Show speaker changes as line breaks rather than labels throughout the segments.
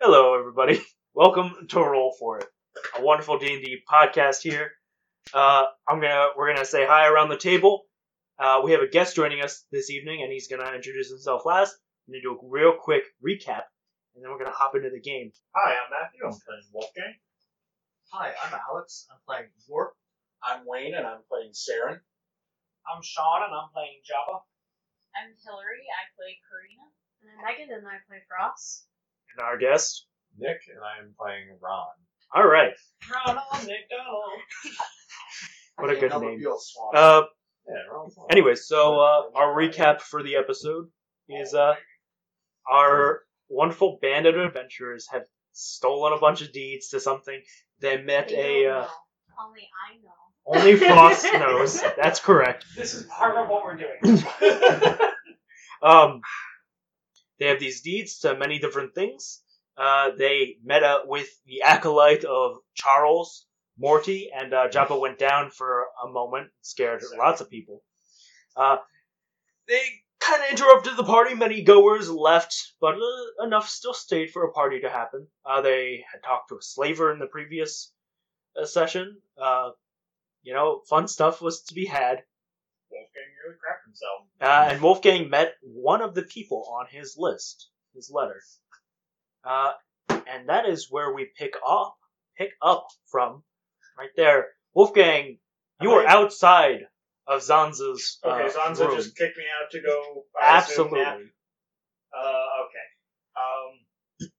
Hello, everybody. Welcome to Roll for It, a wonderful D and D podcast here. Uh, I'm gonna we're gonna say hi around the table. Uh, we have a guest joining us this evening, and he's gonna introduce himself last. I'm gonna do a real quick recap, and then we're gonna hop into the game.
Hi, I'm Matthew. I'm playing Wolfgang.
Hi, I'm Alex. I'm playing York.
I'm Wayne, and I'm playing Saren.
I'm Sean, and I'm playing Java.
I'm Hillary. I play Karina. And I'm Megan, and I play Frost.
And our guest.
Nick, and I'm playing Ron.
All right,
Ronald McDonald.
what a good name.
Uh,
Uh,
Yeah, Ron's on.
anyway, so uh, our recap for the episode is uh, our wonderful band of adventurers have stolen a bunch of deeds to something. They met
They
a
don't
uh,
know. Only I know.
only Frost knows. That's correct.
This is part of what we're doing.
Um, they have these deeds to many different things. Uh, they met up with the acolyte of Charles Morty, and uh, Joppa went down for a moment, scared lots of people. Uh, they kind of interrupted the party. Many goers left, but uh, enough still stayed for a party to happen. Uh, they had talked to a slaver in the previous uh, session. Uh, you know, fun stuff was to be had.
Wolfgang really crapped himself.
Uh, and Wolfgang met one of the people on his list, his letter. Uh, and that is where we pick up, pick up from, right there. Wolfgang, you are
Okay.
outside of Zanza's uh,
Okay, Zanza
room.
just kicked me out to go. I assume,
Absolutely.
nap. Uh, okay. Um,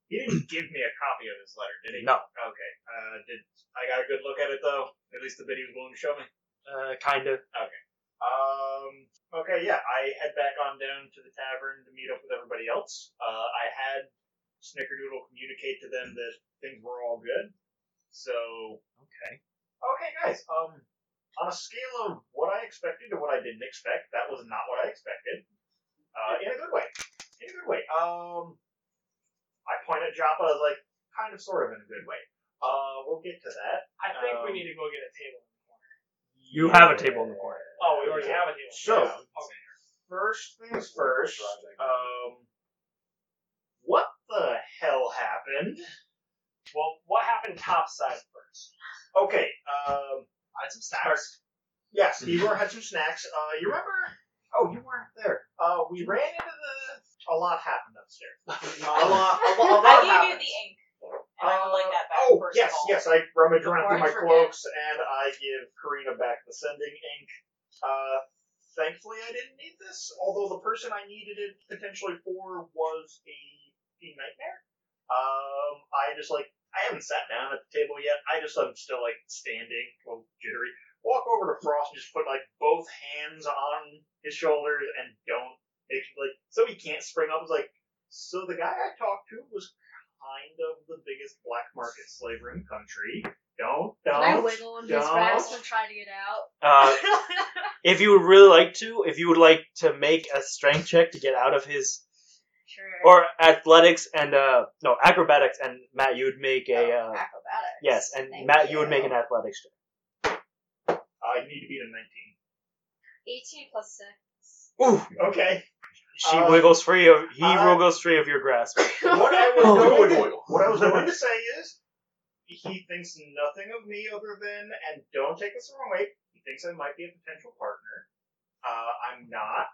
he didn't give me a copy of his letter, did he?
No,
Okay. Uh, did I got a good look at it though? At least the bit he was willing to show me.
uh, kind of.
Um. Okay. Yeah, I head back on down to the tavern to meet up with everybody else. Uh, I had Snickerdoodle communicate to them that things were all good. So
Okay.
Okay, guys. Um, on a scale of what I expected to what I didn't expect, that was not what I expected. Uh, in a good way. In a good way. Um, I point at Joppa as like kind of, sort of, in a good way. Uh, we'll get to that.
I think
Um,
we need to go get a table.
You have a table in the corner.
Oh, we already have a table.
So-
Yeah, okay.
First things first. Um, what the hell happened?
Well, what happened topside first?
Okay. Um,
I had some snacks.
yes, Igor had some snacks. Uh, you remember? Oh, you weren't there. Uh, we ran into the. A lot happened upstairs. A lot. A lot. A lot
I gave
happened.
you the ink. And I would like that back.
Oh,
first
yes,
of all.
yes. I rummage around
Before
through
I
my
forget.
cloaks and I give Karina back the sending ink. Uh, thankfully, I didn't need this, although the person I needed it potentially for was a, a nightmare. Um, I just like, I haven't sat down at the table yet. I just, I'm still like standing, a little jittery. Walk over to Frost and just put like both hands on his shoulders and don't, make like, so he can't spring up. It's like, so the guy I talked to was kind of the biggest black market slaver in the country. Don't, don't.
Can I wiggle in his
don't.
grasp and try to get out?
Uh, if you would really like to, if you would like to make a strength check to get out of his,
sure.
or athletics and uh, no acrobatics, and Matt, you would make
Oh,
a uh,
acrobatics.
yes, and
Thank
Matt, you would make an athletics check.
I need to beat a
18 plus 6.
Ooh,
19. Okay.
She
Uh,
wiggles free of he
I-
wiggles free of your grasp.
What I was
Oh,
going to, what I was going to say is, he thinks nothing of me other than, and don't take this the wrong way, he thinks I might be a potential partner. Uh, I'm not,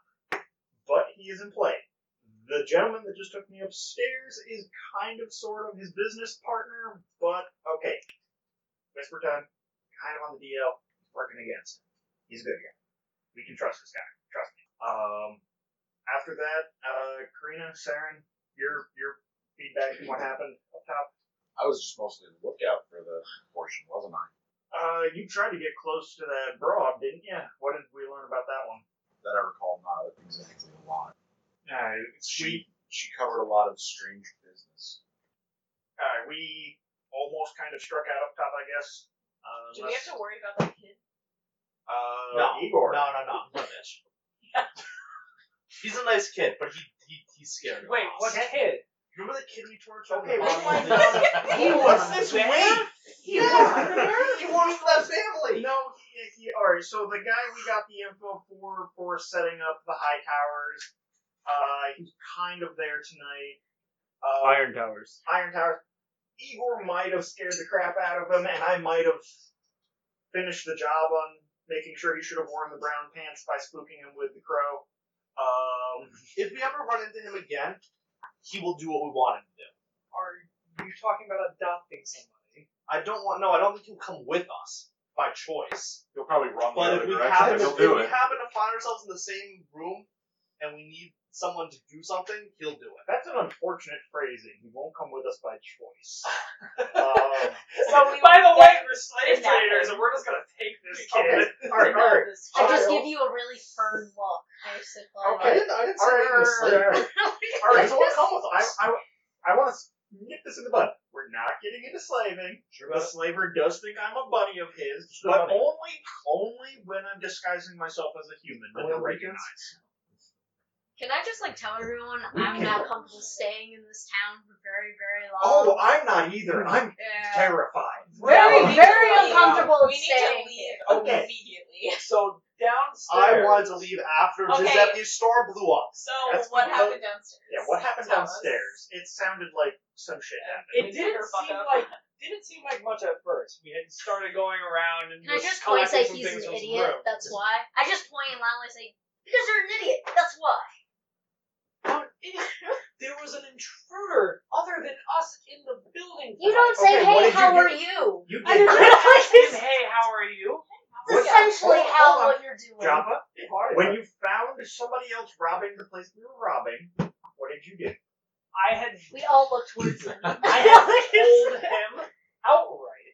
but he is in play. The gentleman that just took me upstairs is kind of, sort of his business partner, but okay. Whisper time, kind of on the DL, working against. him. He's a good guy. We can trust this guy. Trust me. Um, after that, uh, Karina, Saren, your your feedback on what happened up top.
I was just mostly the lookout for the portion, wasn't I?
Uh, you tried to get close to that broad, didn't you? What did we learn about that one?
That I recall not. That things I did a lot.
Uh,
She she covered a lot of strange business.
uh, we almost kind of struck out up top, I guess. Uh,
Do we have to worry about that kid?
Uh,
No.
Igor.
No, no, no. No, bitch. He's a nice kid, but he, he he's scared.
Wait, what kid?
Remember the kid we tortured?
Okay,
Okay,
well,
well,
He
was
this
way.
He wasn't there. He wasn't left family.
No, he, he, all right. So the guy we got the info for for setting up the high towers, uh, he's kind of there tonight. Uh,
Iron Towers.
Iron Tower. Igor might have scared the crap out of him, and I might have finished the job on making sure he should have worn the brown pants by spooking him with the crow. Um,
If we ever run into him again, he will do what we want him to do.
Are you talking about adopting somebody?
I don't want. No, I don't think he'll come with us by choice.
He'll probably run the
But
other
if we
direction.
happen,
he'll
if
do
we
it.
happen to find ourselves in the same room and we need someone to do something, he'll do it.
that's an unfortunate phrasing. He won't come with us by choice. um,
So we
By
will
the way,
get-
we're slave
Exactly.
traders, and we're just gonna take this
Okay.
kid.
all right, all right.
This I just give you a really firm look, basically.
Okay.
didn't. I didn't
All right, all right, all right. All right, so we'll come with us. I, I, I want to nip this in the bud. We're not getting into slaving. The slaver does think I'm a buddy of his,
the buddy.
but only only when I'm disguising myself as a human that
Only
they'll
on
recognize.
weekends?
Can I just like tell everyone I'm not comfortable staying in this town for very, very long?
Oh, I'm not either. I'm
yeah.
terrified.
Very,
Well, we
very
need to
uncomfortable
We need to
staying
leave
Okay.
immediately.
So
I
downstairs.
wanted to leave after
Okay.
Giuseppe's store blew up.
So
That's
what
good.
happened downstairs?
Yeah, what happened
Tell us.
downstairs? It sounded like some shit happened.
It didn't seem like didn't seem like much at first. We had started going around and
Can I just
just
point and say
collecting
he's
some things
an
from some
idiot?
rooms.
That's why. I just point and loudly say, because you're an idiot. That's why.
Now, it- there was an intruder other than us in the building.
You don't
Okay,
say,
what
hey,
did you
how
do?
are you?
You
I didn't
did
ask him, hey, how are you?
That's
What- hold
essentially
on,
how
hold on.
what you're doing.
Java,
How are
when you found somebody else robbing the place we were robbing, what did you do?
I had
We all look towards him.
I had told him outright.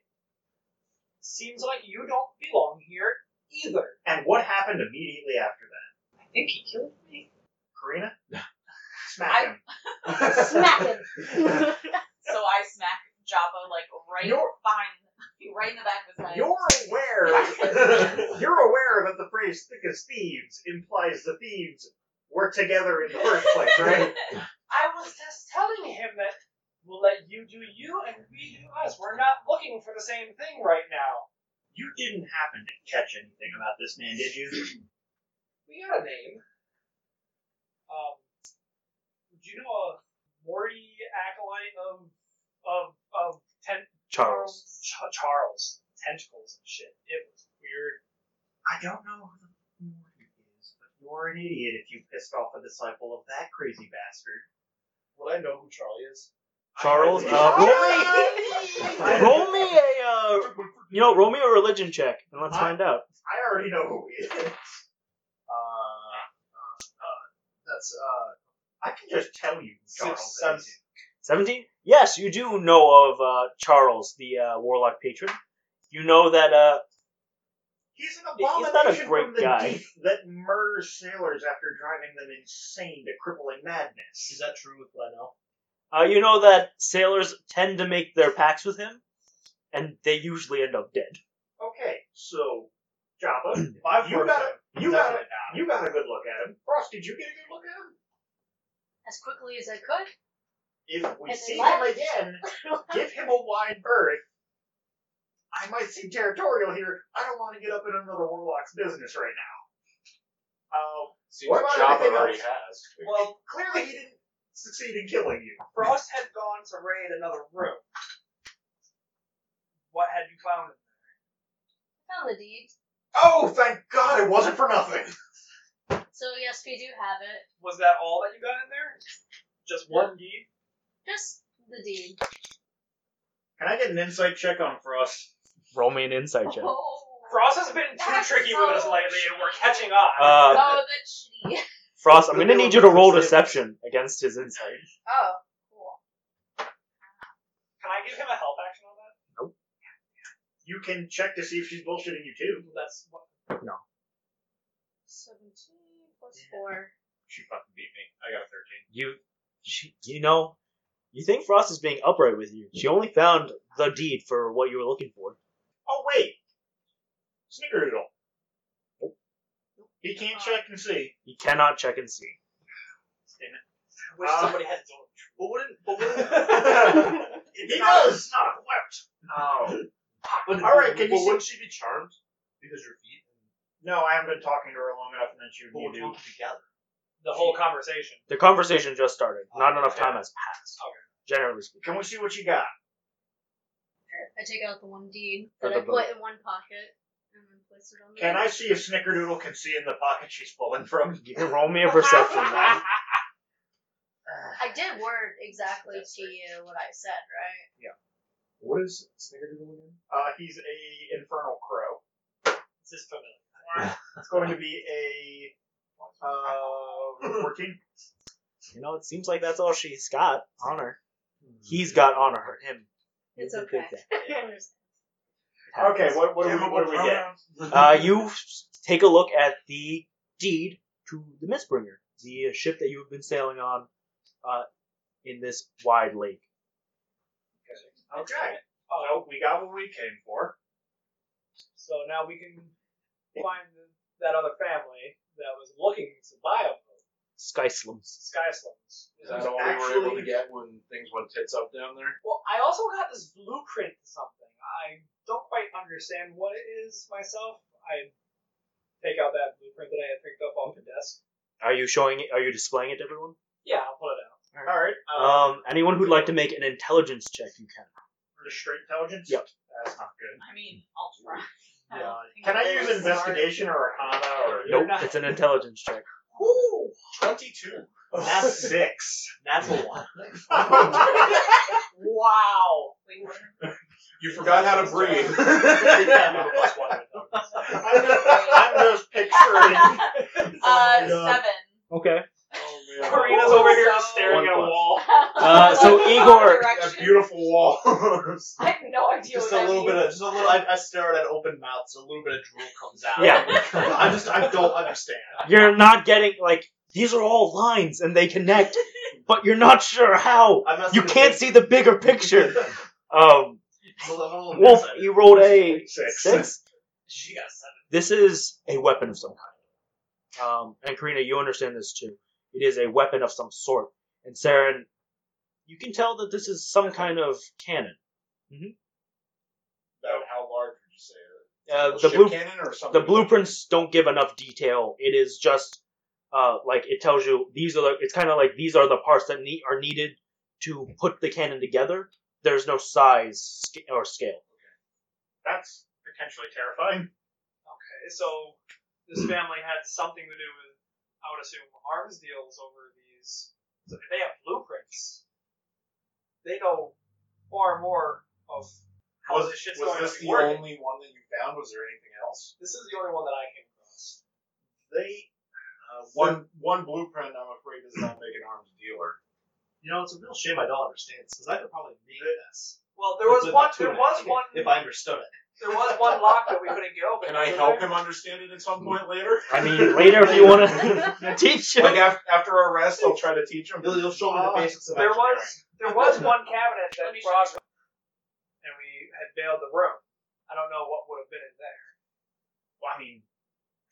Seems like you don't belong here either.
And what happened immediately after that?
I think he killed me.
Karina? Smack
I-
him.
Smack him.
So I smack Java like right
You're-
behind, right in the back of his head.
You're aware. you're aware that the phrase "thick as thieves" implies the thieves were together in the first place, right?
I was just telling him that we'll let you do you and we do us. We're not looking for the same thing right now.
you didn't happen to catch anything about this man, did you?
We got a name. Um, do you know a Morty acolyte of of of ten-
Charles.
Ch- Charles tentacles and shit. It was weird.
I don't know who the Morty is, but you're an idiot if you pissed off a disciple of that crazy bastard.
Would I know who Charlie is?
Charles, uh, roll me, roll me a, uh, you know, roll me a religion check and let's find out.
I already know who he is. uh,
Uh, uh, that's uh,
I can just tell you, who Charles.
six,
is.
seven.
17? Yes, you do know of uh, Charles, the uh, warlock patron. You know that uh,
He's an
He's not a
abomination
great
from the
guy.
deep that murders sailors after driving them insane to crippling madness.
Is that true with what I know?
uh, you know that sailors tend to make their pacts with him, and they usually end up dead.
Okay, so Java,
If I've
you
heard
got
of him,
a you got a
definitely not.
you got a good look at him. Frost, did you get a good look at him?
As quickly as I could.
If we
And they
see him
left.
again, give him a wide berth. I might seem territorial here. I don't want to get up in another warlock's business right now. Um,
Seems
What about
Java
everything
already
else?
has.
Well,
clearly he didn't succeed in killing you.
Frost had gone to raid another room. What had you found?
Found the deed.
Oh, thank God it wasn't for nothing.
So yes, we do have it.
Was that all that you got in there? Just one deed?
Just the deed.
Can I get an insight check on Frost?
Roll me an insight check.
Frost has been too
Oh. That's
tricky with us
so
lately, and we're catching on.
Uh,
Oh, that's shitty.
Frost, I'm going to need you to roll deception against his insight.
Oh, cool.
Can I give him a help action on that?
You can check to see if she's bullshitting you too.
That's what.
Seventeen plus four.
She fucking beat me. I got a 13.
You, she, you know, you think Frost is being upright with you. She only found the deed for what you were looking for.
Oh wait, Snickerdoodle. He
Uh,
can't check and see.
You cannot check and see.
I wish
Uh,
somebody had done
But wouldn't, but wouldn't,
he does. It's not equipped.
oh. Wouldn't-
All right,
but
can you see-
wouldn't she be charmed? Because your feet
No, I haven't been talking to her long enough, and then she
But we're
would need to.
talking together.
the whole conversation.
The conversation just started. Not enough time has passed.
Okay.
Generally speaking.
Can we see what you got?
I take out the one deed
For
that I
the
put in one pocket and then place it on the
Can
other.
I see if Snickerdoodle can see in the pocket she's pulling from?
You can roll me a perception then.
I did word exactly to you what I said, right?
What is Snickerdoodle again?
Uh, he's a infernal crow.
It's just familiar.
It's going to be a uh, 14.
You know, it seems like that's all she's got on her. He's got on her. Him. You
It's
can think
okay.
that. It
Okay,
happens.
what, what, do we, what do we get?
Uh, you s- take a look at the deed to the Mistbringer, the uh, ship that you've been sailing on uh, in this wide lake.
Okay. Oh, we got what we came for.
So now we can find that other family that was looking to buy a boat,
Sky slums.
Sky Slums.
Is that all we were able to get when things went tits up down there?
Well, I also got this blueprint to something. I don't quite understand what it is myself. I take out that blueprint that I had picked up off the desk.
Are you showing it? Are you displaying it to everyone?
Yeah, I'll put it out.
All right. Uh,
Um, anyone who'd like to make an intelligence check, you can.
for straight intelligence?
Yep.
That's not good.
I mean, I'll try. I
Yeah.
don't think
Can
I'm
I
very
use
smart.
investigation or arcana or
You're
Nope,
not-
it's an intelligence check.
Ooh,
Twenty-two.
that's six?
natural one.
I
wow.
Wait, what?
You forgot how to breathe.
I'm just, I'm just picturing.
Uh,
God.
seven.
Okay.
Oh, Karina's
over
here
staring One at a plus.
wall.
Uh, so Igor-
That beautiful wall.
I have no idea
Just
what
a
that
little
means.
bit of, just a little. I, I stare at an open mouth, so a little bit of drool comes out.
Yeah.
I just, I don't understand.
You're not getting like these are all lines and they connect, but you're not sure how.
I'm not
You can't see the bigger picture. Um,
I'm a little
Wolf,
bit
you rolled a
Oh, Six.
six.
She got seven.
This is a weapon of some kind. Um, and Karina, you understand this too. It is a weapon of some sort. And Saren, you can tell that this is some kind of cannon.
About how large would you say? it?
Uh,
A
the
ship
blue
cannon or something?
the blueprints don't give enough detail. It is just uh, like it tells you these are the. It's kind of like these are the parts that need, are needed to put the cannon together. There's no size sc- or scale.
That's potentially terrifying.
Okay, so
Hmm.
this family had something to do with, I would assume, arms deals over these. So if they have blueprints, they know far more of how
Was,
this shit's
was
going
this
to be
the
working.
only one that you found? Was there anything else?
This is the only one that I came across.
They. Uh, one one blueprint, I'm afraid, does not make an arms dealer.
You know, it's a real shame I don't understand this because I could probably make this.
Well, there was
With
one.
my two
There
hands,
was one.
If I understood it.
There was one lock that we couldn't get open.
Can I
wasn't
help
there?
him understand it at some point later?
I mean, later if you want to teach him.
like af- after our rest, I'll try to teach him.
You'll, you'll show me the
Uh,
basics of
There
engineering.
was there was one cabinet that
Let me show
brought and we had bailed the room. I don't know what would have been in there.
Well, I mean,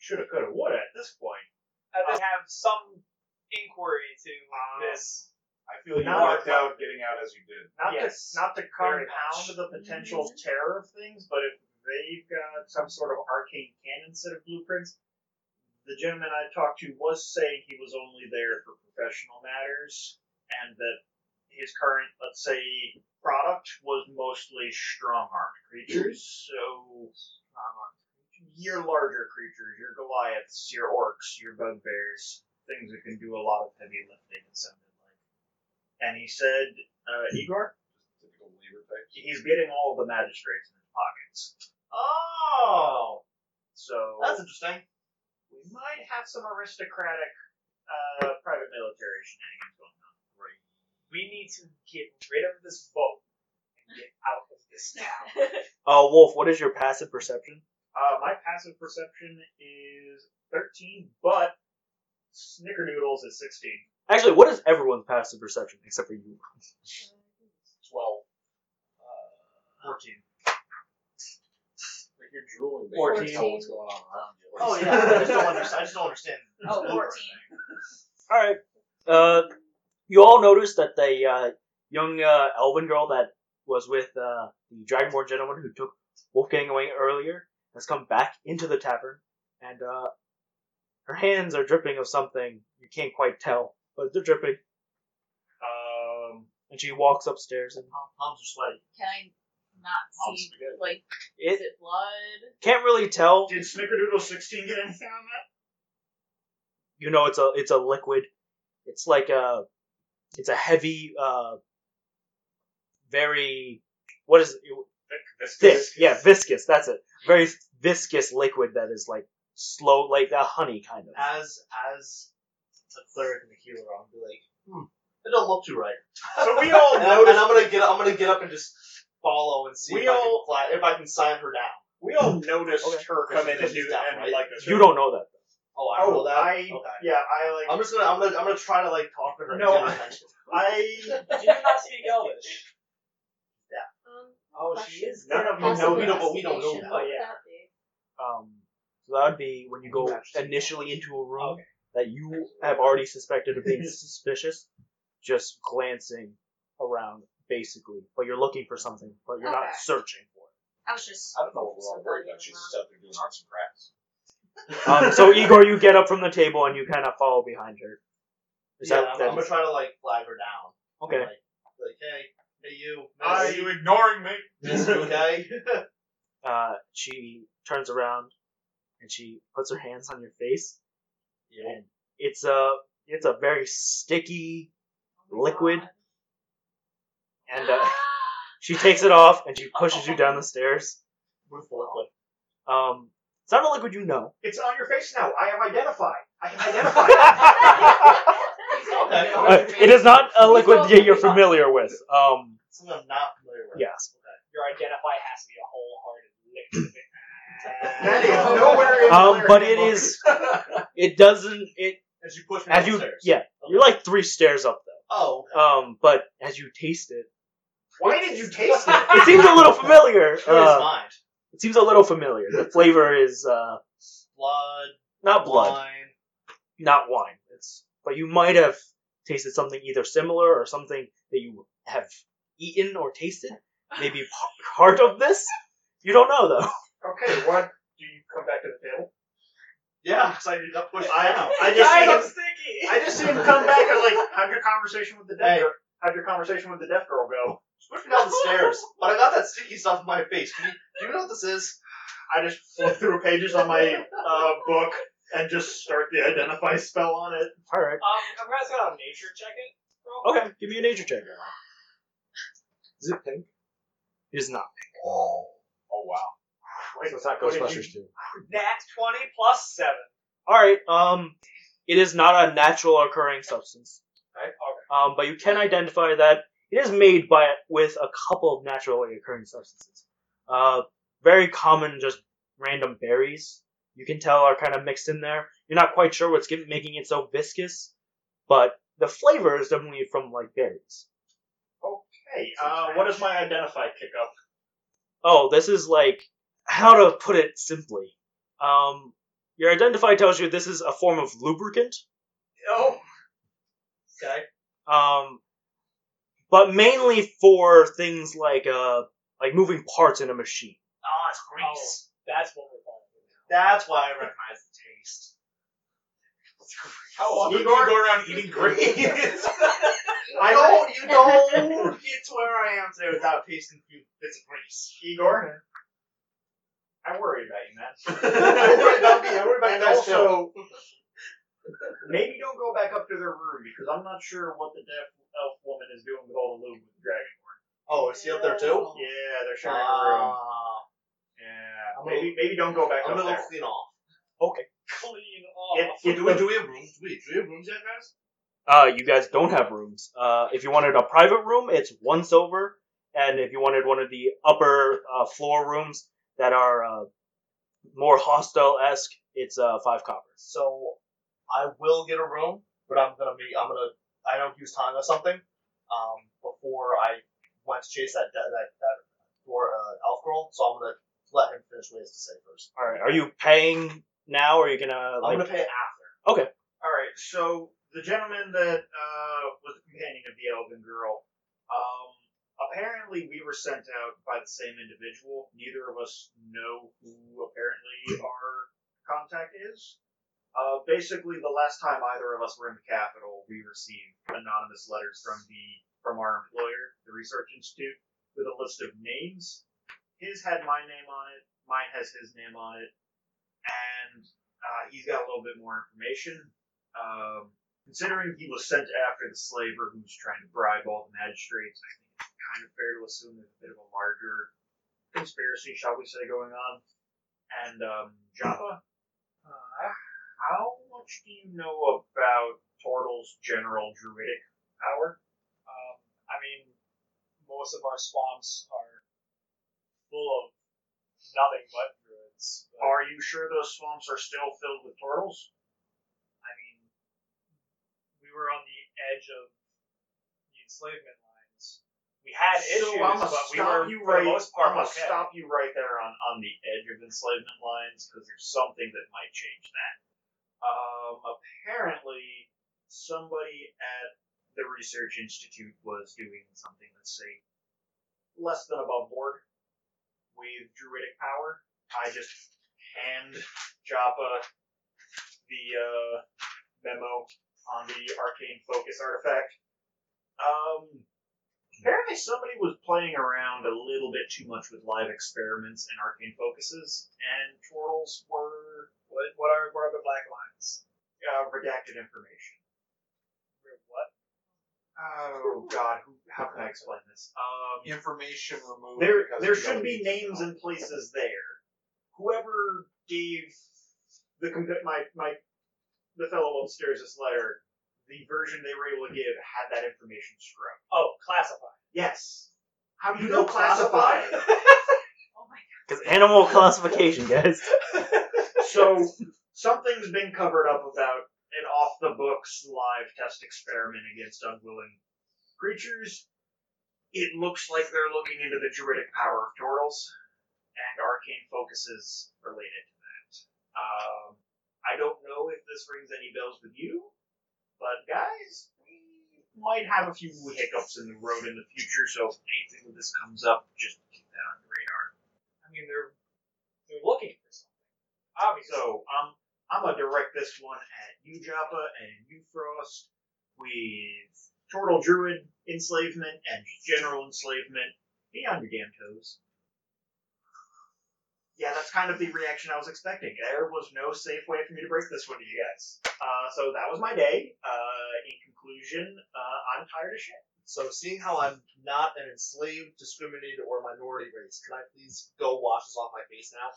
shoulda, coulda, woulda at this point.
I
Uh,
just have some inquiry to this.
I feel you
Not-
lucked out getting out as you did.
Not
Yes.
to not to
Very
compound
much.
the potential terror of things, but if they've got some sort of arcane canon set of blueprints, the gentleman I talked to was saying he was only there for professional matters, and that his current, let's say, product was mostly strong armed creatures. So, um, your larger creatures, your Goliaths, your orcs, your bugbears, things that can do a lot of heavy lifting. It sounded like, and he said, uh, Igor.
Typical labor type.
He's getting all the magistrates in his pockets.
Oh,
So
that's interesting.
we might have some aristocratic uh, private military shenanigans going on. Right.
We need to get rid of this boat and get out of this now.
Oh,
Uh, Wolf, what is your passive perception?
Uh, my passive perception is 13, but Snickerdoodles is 16.
Actually, what is everyone's passive perception except for you?
Twelve.
14.
Like you're drooling. but
Fourteen.
You can tell what's going on around you.
Oh yeah, I just don't understand. I just don't understand.
Oh, 14.
All right. Uh, you all noticed that the uh, young uh, elven girl that was with uh, the dragonborn gentleman who took Wolfgang away earlier has come back into the tavern, and uh, Her hands are dripping of something. You can't quite tell, but they're dripping.
Um,
And she walks upstairs and
Palms are sweaty.
Can I not see, like, is
it
it blood?
can't really tell.
did Snickerdoodle 16 get anything on that?
You know, it's a it's a liquid. It's like a it's a heavy, uh, very what is it?
This,
Thick, yeah, viscous. That's it. Very viscous liquid that is like slow, like that honey kind of.
Ah,
As as a cleric and a healer, I'll be like, hmm, it don't look too right.
So we all
And, I'm, and I'm gonna
noticed.
get I'm gonna get up and just follow and see
We
if,
all-
I can fly, if I can sign her down.
We all noticed
Okay.
her come in and do
Down,
and
right?
like
You don't know that.
Oh, I
Oh,
know that.
I
okay.
yeah, I
I'm
like
just gonna I'm gonna I'm gonna try to like talk to her.
No,
and get her
I-
attention.
I
Do you not speak Elvish?
Um,
Oh,
she
is.
none of you know
possible
we don't- but
that.
we don't know
investigation,
that.
what
Oh,
would
yeah.
that be?
Um, so that would be when you go initially into a room that you have already suspected of being suspicious, just glancing around, basically. But you're looking for something, but you're
Okay.
not searching for it.
I was just.
I don't know what we're all worried about. She's just out there doing arts and crafts.
Um, so Igor, you get up from the table and you kind of follow behind her. Is
yeah,
that,
I'm,
that-
I'm gonna try to like flag her down.
okay?
Like, like hey, hey you,
Are
miss,
you ignoring me?
miss you okay?
Uh, she turns around and she puts her hands on your face,
Yeah.
and it's a it's a very sticky liquid, and uh, she takes it off and she pushes you down the stairs.
With the liquid.
Um, it's not a liquid you know.
It's on your face now. I have identified. I have identified.
Okay.
Uh,
Um,
it is not a liquid that you're familiar with. Um,
Something I'm not familiar with.
yes.
Your identify has to be a wholehearted lick.
that is nowhere in
Um,
Claire
but it
Handbook.
is. It doesn't. It
As you push me
as you
downstairs.
yeah. You're like three stairs up
Oh.
though. Um, but as you taste it,
Why did you taste it?
it seems a little familiar.
Sure is
Uh,
mine.
it seems a little familiar. The flavor is uh,
Blood.
not blood,
Wine.
not wine. It's but you might have tasted something either similar or something that you have eaten or tasted. Maybe p- part of this. You don't know though.
Okay, what do you come back to the table?
Yeah, because I did not push down.
I, I
Guys,
just
I'm
see him,
sticky.
I just see him come back and like have your conversation with the deaf
Hey.
girl. How'd your conversation with the deaf girl go?
She pushed me down the stairs, but I got that sticky stuff in my face. Do you, do you know what this is?
I just flip through pages on my uh, book and just start the identify spell on it.
All right.
Um, I'm gonna go out and nature check it. real quick.
Okay, give me a nature check. Is it pink? It is not.
Oh, oh wow.
Wait,
it's not
what did you-
Ghostbusters 2.
Nat twenty plus seven.
All right. Um, it is not a natural occurring substance.
Okay. Okay.
Um, but you can identify that it is made by with a couple of naturally occurring substances. Uh, very common, just random berries. You can tell are kind of mixed in there. You're not quite sure what's giv making it so viscous, but the flavor is definitely from like berries.
Hey, uh, what does my identify kick up?
oh, this is like how to put it simply. Um, your identify tells you this is a form of lubricant,
Oh,
Okay.
um, but mainly for things like uh, like moving parts in a machine.
Oh, it's grease.
That's what we're calling. it.
That's why I recognize the taste.
How often do
Igor?
you go around eating grapes?
I
you don't get to where I am today without tasting few bits of grease.
Igor. I worry about you, man.
I worry about me. I worry about you
And
guys too.
also, maybe don't go back up to their room because I'm not sure what the deaf elf woman is doing with all the lube with the dragon.
Oh, is he up there too?
Yeah, they're sharing a room.
Ah,
Yeah,
I'm
maybe maybe don't go back
I'm
up
gonna
there.
go clean off.
Clean off.
It-
Oh, Do
it-
we, do we have rooms? Do we, do we have rooms yet, guys?
Uh, you guys don't have rooms. Uh, if you wanted a private room, it's one silver, and if you wanted one of the upper uh, floor rooms that are uh, more hostel esque, it's uh, five copper.
So I will get a room, but I'm gonna be I'm gonna I know he was telling us something. Um, before I went to chase that that that, that door uh, elf girl, so I'm gonna let him finish what he has to say first.
All right, are you paying now, or are you gonna
I'm
uh, like?
gonna pay after.
All right, so the gentleman that uh, was the companion of the elven girl, um, apparently we were sent out by the same individual. Neither of us know who apparently our contact is. Uh, basically, the last time either of us were in the capital, we received anonymous letters from the from our employer, the Research Institute, with a list of names. His had my name on it. Mine has his name on it, and uh, he's got a little bit more information. Um, considering he was sent after the slaver who's trying to bribe all the magistrates, I think it's kind of fair to assume there's a bit of a larger conspiracy, shall we say, going on. And um, Java, uh, how much do you know about Tortle's general druidic power?
Um, I mean, most of our swamps are full of nothing but druids. but,
Are you sure those swamps are still filled with turtles?
I mean, we were on the edge of the enslavement lines. We had
So
issues,
I'ma
but we
stop
were
you
for
right,
the most part
I'm gonna
okay.
stop you right there on, on the edge of enslavement lines because there's something that might change that. Um, apparently, somebody at the research institute was doing something let's say less than above board with druidic power. I just hand Joppa the uh, memo on the arcane focus artifact. Um, Apparently, somebody was playing around a little bit too much with live experiments and arcane focuses, and Tortles were
What, what are what are the black lines?
uh, redacted information.
We're What?
Oh God, who, how can I explain this? Um,
Information removed.
there,
because E
there
we
should
don't
be
need to
names
know.
and places there. Whoever gave the comp- my my the fellow upstairs this letter, the version they were able to give had that information scrubbed.
Oh, classified.
Yes. How do you,
You
know
know
classify?
Oh my god.
Because animal classification, guys.
So something's been covered up about an off the books live test experiment against unwilling creatures. It looks like they're looking into the druidic power of turtles, and arcane focuses related to that. Um, I don't know if this rings any bells with you, but guys, we might have a few hiccups in the road in the future, so if anything with this comes up, just keep that on your radar.
I mean, they're they're looking for something. Obviously.
So I'm I'm gonna direct this one at you, Joppa, and you, Frost, with Turtle Druid enslavement and general enslavement. Be on your damn toes. Yeah, that's kind of the reaction I was expecting. There was no safe way for me to break this one to you guys. Uh, so that was my day. Uh, in conclusion, uh, I'm tired of shit.
So, seeing how I'm not an enslaved, discriminated, or minority race, can I please go wash this off my face now?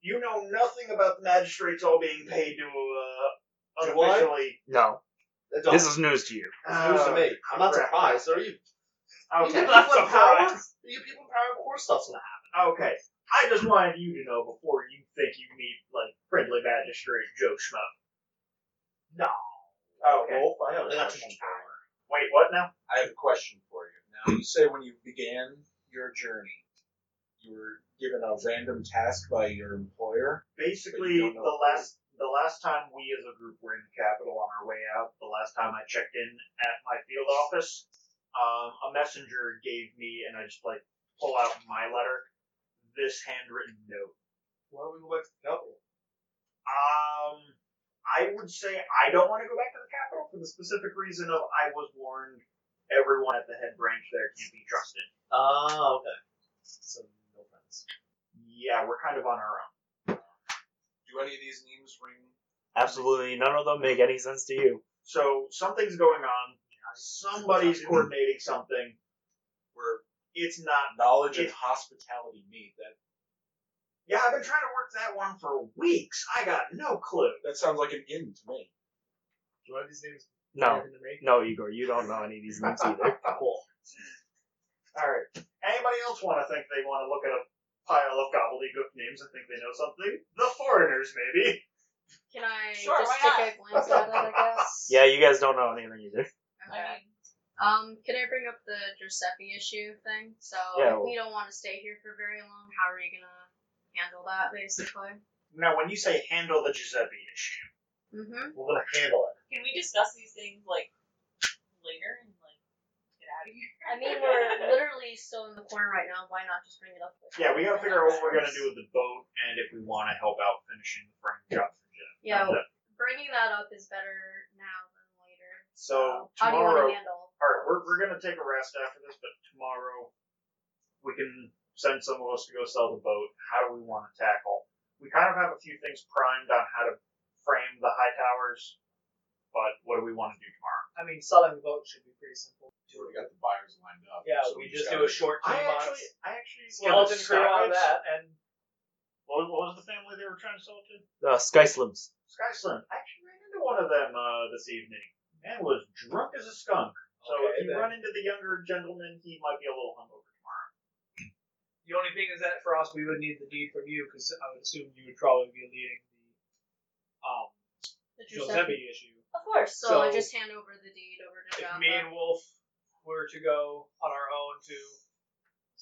You know nothing about the magistrates all being paid to uh,
Do I?
unofficially.
No,
That don't-
this is news to you.
it's
Oh.
news to me.
Oh,
I'm not
crap.
surprised. Are you? You
Okay.
people in power? You people in power? Of course, stuff's gonna happen.
Okay. I just wanted you to know before you think you meet like friendly magistrate Joe Schmo.
No.
Oh,
Okay.
Well, I don't
They
know.
got too much power.
Wait, what now?
I have a question for you. Now, you say when you began your journey, you were given a random task by your employer.
Basically,
don't know
the
what
last the last time we as a group were in the capital on our way out, the last time I checked in at my field office, um, a messenger gave me, and I just like pull out my letter, this handwritten note.
Why don't we go back to the capital?
Um, I would say I don't want to go back to the capital for the specific reason of I was warned everyone at the head branch there can't be trusted.
Ah, okay. So, no friends.
Yeah, we're kind of on our own.
Do any of these names ring?
Absolutely none of them make any sense to you.
So something's going on. Somebody's coordinating something.
Where
It's not.
knowledge
Yeah.
and hospitality meet. That
Yeah, I've been trying to work that one for weeks. I got no clue.
that sounds like an inn to me.
Do one of these names
No,
to me?
no, Igor, you don't know any of these names either.
Cool.
All right. Anybody else want to think they want to look at a pile of gobbledygook names and think they know something? The foreigners, maybe.
Can I
Sure,
just
why
take a glance at it, I guess?
Yeah, you guys don't know anything either.
Okay.
I mean,
Um, can I bring up the Giuseppe issue thing? So
Yeah,
if we don't want to stay here for very long, how are we gonna handle that basically?
Now, when you say handle the Giuseppe issue,
Mm-hmm.
We're gonna handle it.
can we discuss these things like later and like get out of here?
I mean we're literally still in the corner right now, why not just bring it up?
yeah, we got to figure out what we're gonna do with the boat and if we want to help out finishing the frame job for
you know, bringing that up is better now than later.
So
how do you want
tomorrow-
to handle?
All right, we're, we're gonna take a rest after this, but tomorrow we can send some of us to go sell the boat. How do we want to tackle? We kind of have a few things primed on how to frame the high towers, but what do we want to do tomorrow?
I mean, selling the boat should be pretty simple.
You already got the buyers lined up.
Yeah,
so you
we just
gotta-
do a short
I
key box,
actually, I actually
skeleton crew on
Skyrides-
that, and
What, was- what was the family they were trying to sell to?
Uh, Sky Slims.
Sky Slim. I actually ran into one of them uh, this evening. Man was drunk as a skunk. So if
Okay,
you
then.
run into the younger gentleman, he might be a little hungover tomorrow.
the only thing is that for us, we would need the deed from you because I would assume you would probably be leading the um,
The Giuseppe.
Giuseppe issue.
Of course. So,
So-
I just hand over the deed over to
If
Java.
me and Wolf were to go on our own to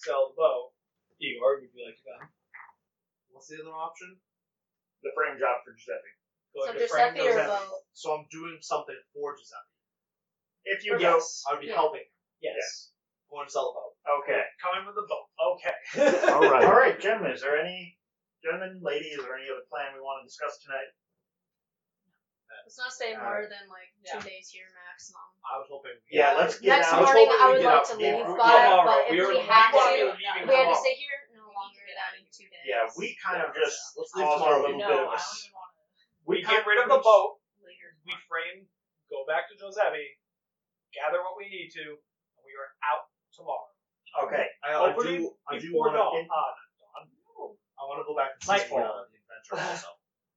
sell the boat, Igor, would you like to go?
What's the other option?
The frame job for Giuseppe.
so
Going to Frank
Giuseppe or
Giuseppe.
Vote.
So I'm doing something for Giuseppe.
If you go,
Yes.
I would be
Yeah.
helping him.
Yes.
Going to sell the boat.
okay.
Coming with the boat.
Okay.
All right.
All right, gentlemen. Is there any gentlemen, ladies, or any other plan we want to discuss tonight?
Let's not stay
Uh,
more than like two
yeah.
days here maximum.
I was hoping.
Yeah, let's get
Next
out.
morning,
hoping
I
we
would
get
like
out
to
tomorrow.
leave
Yeah,
by,
tomorrow.
but
We
if
were-
we
we
had
wanna
to,
be leaving
we had to
tomorrow.
stay here no longer than two days.
yeah, we kind of just
Let's leave
caused a
tomorrow.
little
No,
bit of
I
a.
don't even want to.
We
kind
get rid of the
reached-
boat.
Later.
We frame, go back to Giuseppe, gather what we need to, and we are out tomorrow.
Okay.
I, I
Hopefully
do. I do
before
want to.
dawn. Uh,
I want to go back and see
Nightfall.
the, uh, the adventure also.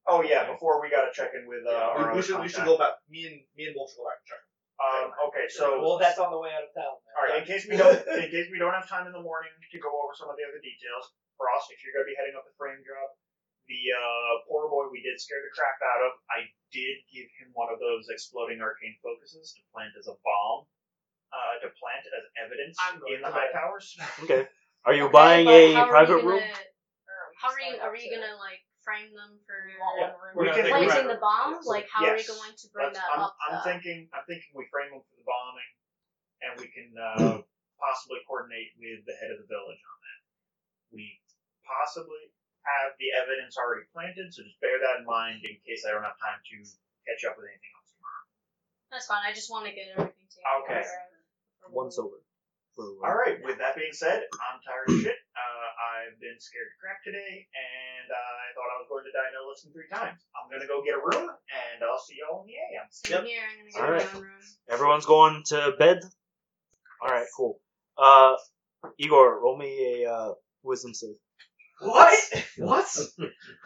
Oh yeah. Before we gotta check in with uh,
We-
our
we,
other
should. We should
contact.
go back. Me and me and Wolf should go back and check.
Um, okay. So
well, that's on the way out of town.
All right. In case we don't, in case we don't have time in the morning to go over some of the other details, Frost, if you're going to be heading up the frame job, the uh, poor boy we did scare the crap out of, I did give him one of those exploding arcane focuses to plant as a bomb, uh, to plant as evidence
I'm going
in the
to
high
bed.
towers.
Okay. Are you
Okay,
buying
but
a
how are
private
we
room?
Or
gonna,
are we
How
just
are you,
going back
are we
to-
gonna like frame them for
We want
Yeah.
one room.
We
We're gonna
can
think
think
about
planting
it.
the bomb? Like, how are we
Yes.
going to bring
Let's-
that
I'm,
up?
I'm
though?
thinking, I'm thinking we frame him for the bombing, and we can uh, possibly coordinate with the head of the village on that. We possibly have the evidence already planted, so just bear that in mind in case I don't have time to catch up with anything else tomorrow.
That's fine. I just want to get everything taken
Okay.
care of.
Once over. For a
All
room.
right. With that being said, I'm tired of shit. Uh, I've been scared to crap today, and I thought I was going to die no less than three times. I'm gonna go get a room, and I'll see y'all in the AM.
Yep.
Same here. I'm gonna get
All
my
right.
own room.
Everyone's going to bed. All right. Cool. Uh, Igor, roll me a uh, wisdom save.
What?
What?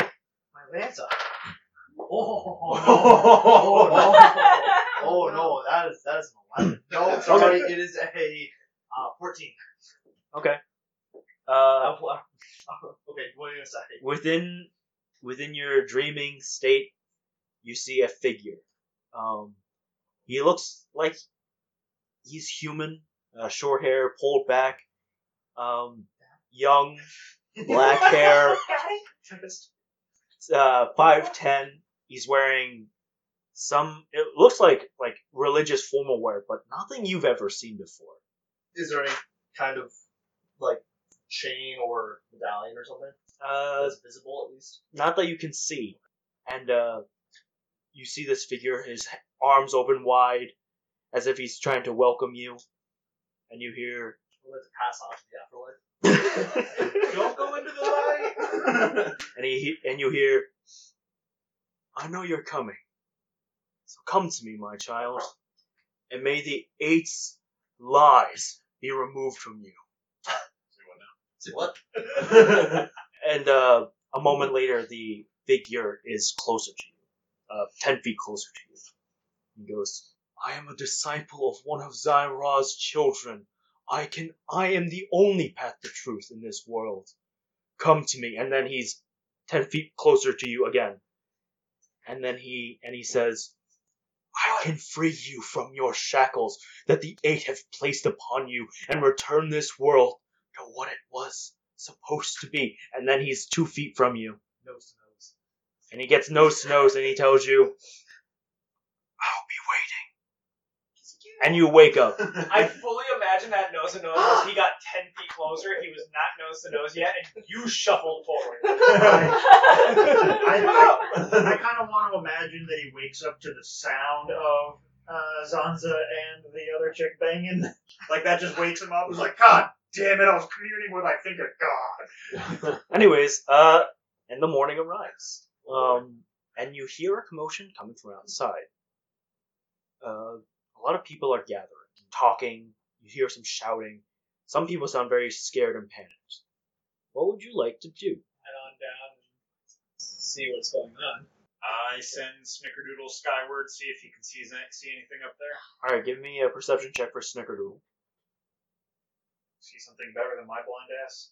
My Lanta.
Oh no! Oh no! That is that is an eleven. No, sorry, it is a uh, fourteen.
Uh,
Uh, wha- okay, what are you gonna say?
within within your dreaming state, you see a figure. Um, he looks like he's human, uh, short hair pulled back, um, young, black hair, uh, five ten. He's wearing some. It looks like like religious formal wear, but nothing you've ever seen before.
Is there any kind of like chain or medallion or something
Uh,
that's visible at least?
not that you can see. And uh, you see this figure, his arms open wide, as if he's trying to welcome you. And you hear,
We'll have to pass on to the afterlife.
Don't go into the light.
and he, and you hear, I know you're coming, so come to me, my child, and may the eight's lies be removed from you.
See what?
And uh, a moment later, the figure is closer to you, uh, ten feet closer to you. He goes, "I am a disciple of one of Zyra's children. I can. I am the only path to truth in this world. Come to me." And then he's ten feet closer to you again. And then he and he says, "I can free you from your shackles that the eight have placed upon you, and return this world to what it was." supposed to be. And then he's two feet from you.
Nose to nose.
And he gets nose to nose and he tells you, I'll be waiting.
He's cute.
and you wake up.
I fully imagine that nose to nose as he got ten feet closer. He was not nose to nose yet, and you shuffled forward.
I,
Wow.
I kind of want to imagine that he wakes up to the sound of uh, Zanza and the other chick banging. Like that just wakes him up. He's like, God damn it! I was communing with I think of God.
Anyways, uh, and the morning arrives. Um, and you hear a commotion coming from outside. Uh, a lot of people are gathering, talking. You hear some shouting. Some people sound very scared and panicked. What would you like to do?
Head on down and see what's going on.
I send Snickerdoodle skyward, see if he can see see anything up there.
All right, give me a perception check for Snickerdoodle.
See something better than my blind ass.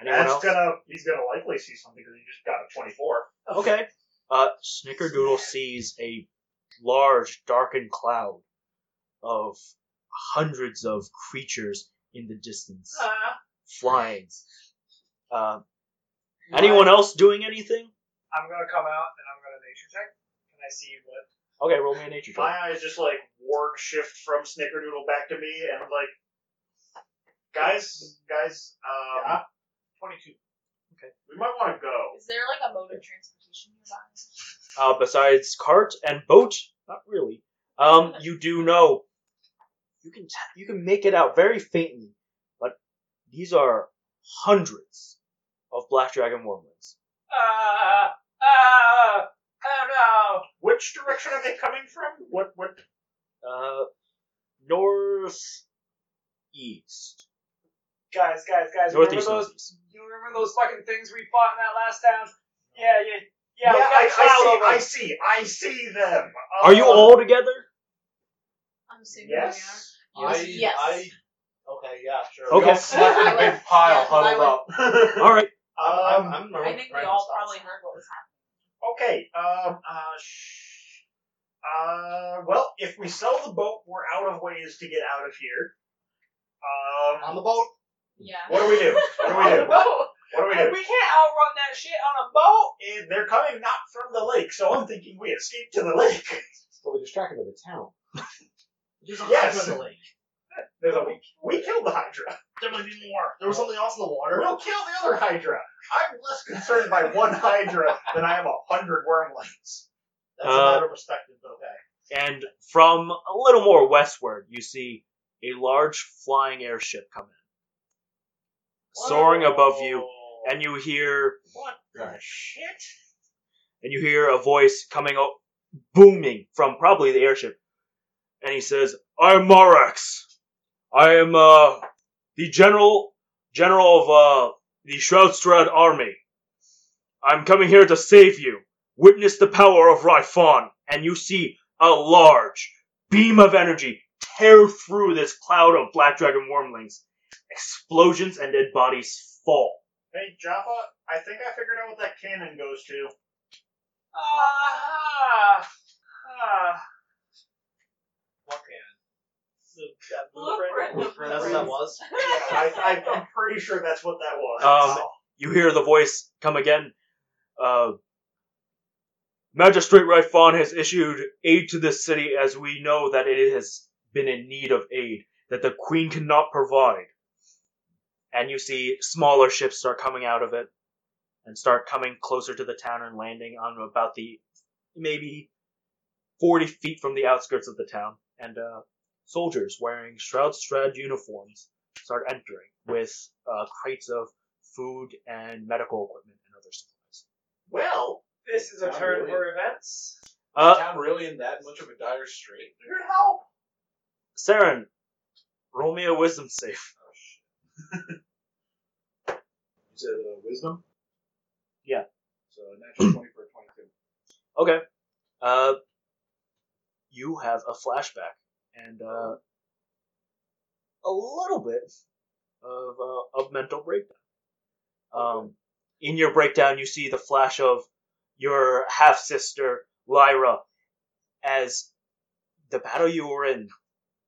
Anyone
That's
else?
gonna he's gonna likely see something because he just got a twenty-four.
Okay. Uh, Snickerdoodle sees a large, darkened cloud of hundreds of creatures in the distance,
Uh.
flying. Uh, anyone else doing anything?
I'm gonna come out and I'm gonna nature check. Can I see what?
Okay, roll me a nature check.
My eyes just like ward shift from Snickerdoodle back to me, and I'm like, guys, guys, um,
Yeah.
twenty-two. Okay, we might want to go.
Is there like a mode of transportation nearby?
Uh, besides cart and boat, not really. Um, you do know you can t- you can make it out very faintly, but these are hundreds of black dragon wormlings.
Ah, ah, oh no!
Which direction are they coming from? What? What?
Uh, north east.
Guys, guys, guys!
Northeast,
remember those?
northeast.
You remember those fucking things we fought in that last town? Yeah, yeah, yeah. we got
I,
a cloud over
I
us.
see. I see. I see them.
Are you
Um,
all together?
I'm assuming
Yes.
Yes,
I,
yes.
I, okay, yeah, sure.
Okay.
We all slept in a big pile,
Yeah, 'cause I
huddled
would-
up.
All right.
I'm, I'm,
Um,
I'm
I think we all probably heard what was
okay. Um. Uh. Sh- uh. Well, if we sell the boat, we're out of ways to get out of here. Um.
on the boat.
happening. Yeah.
What do we do? What do we do?
Whoa!
What do we do?
We can't outrun that shit on a boat.
And they're coming not from the lake, so I'm thinking we escape to the lake.
But we're distracted by the town.
yes. There's a we, we killed the Hydra.
There might be more. There was something else in the water.
We'll kill the other Hydra. I'm less concerned by one Hydra than I am a hundred wormlings.
That's
Uh,
a matter of perspective, but okay.
And from a little more westward, you see a large flying airship come in, soaring above you, and you hear
What the shit?
and you hear a voice coming up, booming from probably the airship, and he says, "I'm Morax. I am uh, the general general of uh, the Shroudstrad army. I'm coming here to save you. Witness the power of Rifon." And you see a large beam of energy tear through this cloud of black dragon wormlings. Explosions and dead bodies fall.
Hey, Jaffa, I think I figured out what that cannon goes to.
Ah, ah.
What can?
That
Blueprint.
That's what that was.
I, I, I'm pretty sure that's what that was.
Um, you hear the voice come again. Uh, Magistrate Rifon has issued aid to this city as we know that it has been in need of aid that the Queen cannot provide. And you see smaller ships start coming out of it and start coming closer to the town and landing on about the maybe 40 feet from the outskirts of the town. And uh, soldiers wearing Shroud Strad uniforms start entering with uh, crates of food and medical equipment and other supplies.
well,
This is a
Not
turn
really.
for events.
Is
Uh,
town really in that much of a dire strait?
who help?
Saren, roll me a wisdom save.
Is it uh, wisdom?
Yeah.
So a natural 20 for a 22.
Okay. Uh, you have a flashback and uh, a little bit of uh, of mental breakdown. Um, in your breakdown, you see the flash of your half sister Lyra as the battle you were in.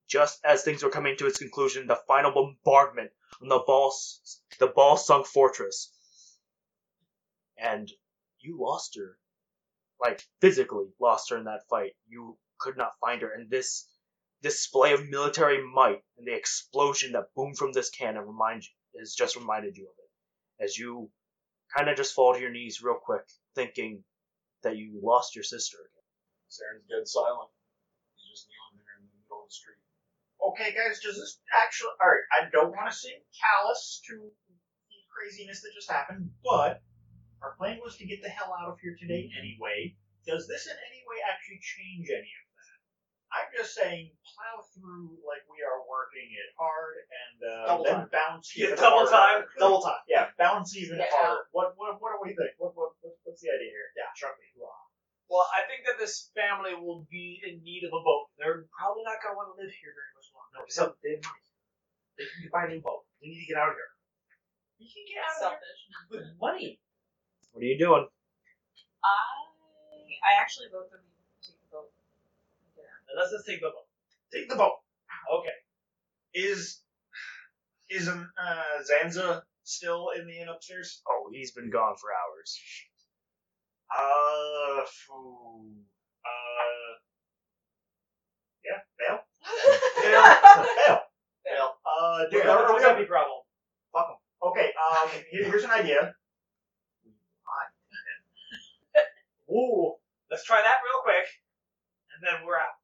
Just as things were coming to its conclusion, the final bombardment on the ball the ball sunk fortress, and you lost her like physically lost her in that fight. You could not find her, and this display of military might and the explosion that boomed from this cannon reminds you, has just reminded you of it. As you kind of just fall to your knees real quick, thinking that you lost your sister again.
Saren's dead silent. He's just kneeling there in the middle of the street.
Okay, guys, does this actually. Alright, I don't want to seem callous to the craziness that just happened, but our plan was to get the hell out of here today anyway. Does this in any way actually change any of that? I'm just saying, plow through like we are working it hard and uh,
Double
then bounce
Yeah,
even
double
harder.
time.
Double time, yeah, bounce even
Yeah.
harder. What, what, what do we think? What, what, what, what's the idea here? Yeah, truck me.
Well, I think that this family will be in need of a boat. They're probably not going to want to live here very much longer.
No, so they They can buy a new boat. We need to get out of here.
You can get out of
Selfish.
here with money.
What are you doing?
I I actually vote that we take the vote. Yeah.
Now, let's just take the boat.
Take the boat.
Okay.
Is is um, uh, Zanza still in the inn upstairs?
Oh, he's been gone for hours.
Uh, phew. uh, yeah, fail, fail.
Fail.
Uh, dude,
We're
I don't know
going to the
what happened.
zombie problem.
okay. Um, here- here's an idea.
Ooh. Let's try that real quick, and then we're out.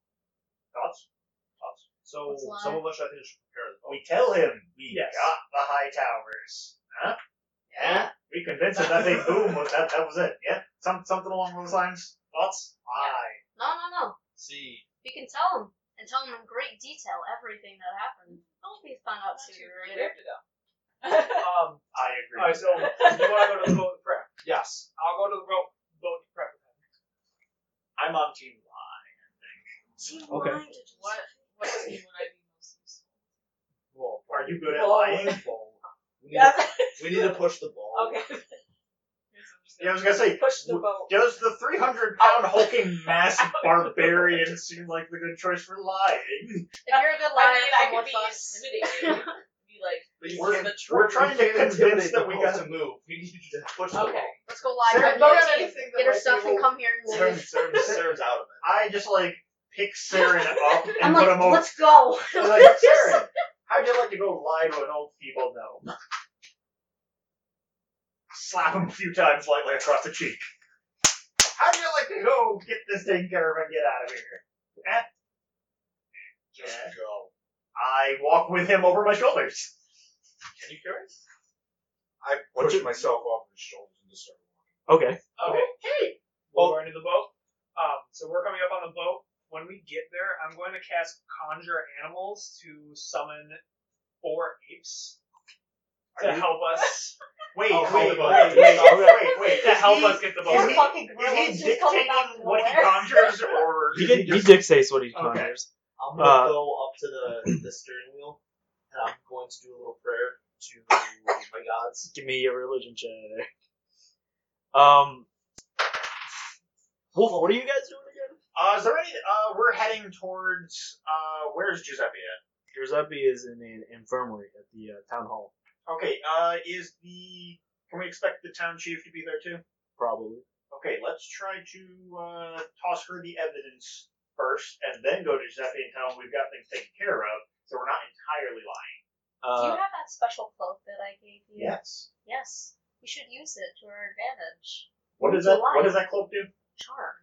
Thoughts? Oh,
So
Let's lie.
some of us, I think, should prepare the
We tell him we
Yes.
got the high towers. Huh? Yeah. We convince him that they boom. was- That that was it. Yeah. Some something along those lines. Thoughts? Aye.
No, no, no.
See,
We can tell him and tell him in great detail everything that happened. Don't be found
Not
out
too
sooner or
great
later.
after though.
Um,
I agree.
all right, so you want to go to the boat to prep?
Yes.
I'll go to the boat, boat to prep.
I'm on team Y.
Okay.
what what team would I be most useful?
Well,
Are you good at
Well,
lying?
we, need
Yeah.
to, we need to push the ball.
okay.
Yeah, I was gonna say,
push the
w-
boat.
Does the 300 pound hulking mass barbarian seem like the good choice for lying?
If you're a good
I
liar,
mean, I
come
could
with
be
us.
intimidating. be like,
But you
We're-
can't-
We're trying to
you can't
convince
intimidate
that
the
we
ball
got
to move. We need to push the
okay.
Let's go lie.
Sarah,
Come,
don't have
Nancy.
anything that
Get her
might be
stuff and
able-
come here and
ball.
live.
Sarah's, Sarah's out of it.
I just like pick Saren up and
I'm
put
like,
him over.
let's go.
I'm like, Saren, how'd you like to go lie to an old feeble gnome? Slap him a few times lightly across the cheek. How'd you like to go get this taken care of and get out of here? Eh?
just
Yeah.
go.
I walk with him over my shoulders.
Can you carry? it? I
What's
push
it-
myself off his shoulders and just start walking.
Okay.
Okay.
Okay.
We'll go into the boat. Um, so we're coming up on the boat. When we get there, I'm going to cast Conjure Animals to summon four apes to
Are you-
help us
Wait,
Oh,
wait, wait,
hold
wait,
on.
wait, wait, wait.
to help
He-
us get the
Is
boat.
he,
fucking gorilla.
is he
She's coming
dictating
out of
what he
nowhere.
conjures, or
He,
is
did, he
just-
dictates what he
Okay.
conjures.
I'm gonna
Uh,
go up to the, the steering wheel, and I'm going to do a little prayer to my gods.
Give me your religion check. Um, Wolf, what are you guys doing again?
Uh, is there any? Uh, we're heading towards. Uh, where's Giuseppe at?
Giuseppe is in an infirmary at the uh, town hall,
Okay. Uh, is the? Can we expect the town chief to be there too?
probably.
Okay, let's try to uh, toss her the evidence first, and then go to Giuseppe and tell him we've got things taken care of, so we're not entirely lying.
Do you
Uh,
have that special cloak that I gave you?
Yes.
Yes. We should use it to our advantage.
What does that?
Would you
What
like?
does that cloak do?
Charm.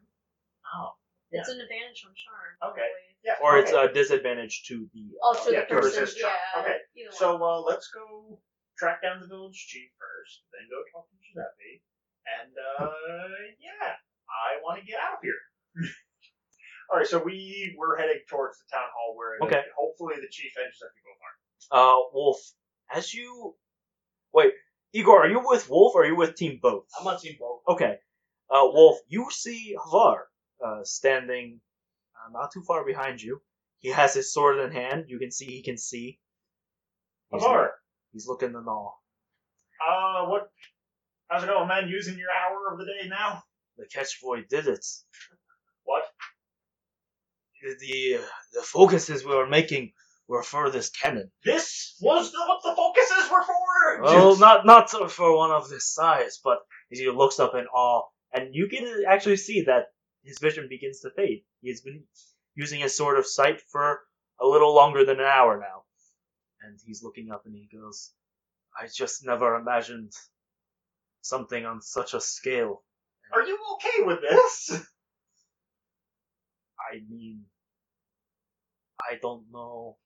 Oh.
It's an advantage on charm.
Okay.
probably.
Yeah.
or
okay.
it's a disadvantage to the.
Oh,
uh,
to
yeah,
the
to
person.
resist
yeah.
charm. Okay.
Either one.
So uh, let's go track down the village chief first, then go talk to Giuseppe, and uh, yeah, I want to get out of here. All right, so we we're heading towards the town hall where the-
Okay.
hopefully the chief and Giuseppe both are.
uh, Wolf, as you. Wait, Igor, are you with Wolf or are you with Team Both?
I'm on team boat.
Okay. Uh, Wolf, you see Havar uh, standing uh, not too far behind you. He has his sword in hand. You can see he can see. He's
Havar,
look- He's looking the gnaw.
uh, what? How's it going, man? Using your hour of the day now?
The catchboy did it.
What?
The, the the focuses we were making were for this cannon.
This was the, what the focuses were for.
Well, not not for one of this size, but he looks up in awe, and you can actually see that his vision begins to fade. He has been using his sword of sight for a little longer than an hour now. And he's looking up and he goes, I just never imagined something on such a scale.
Are you okay with this?
I mean, I don't know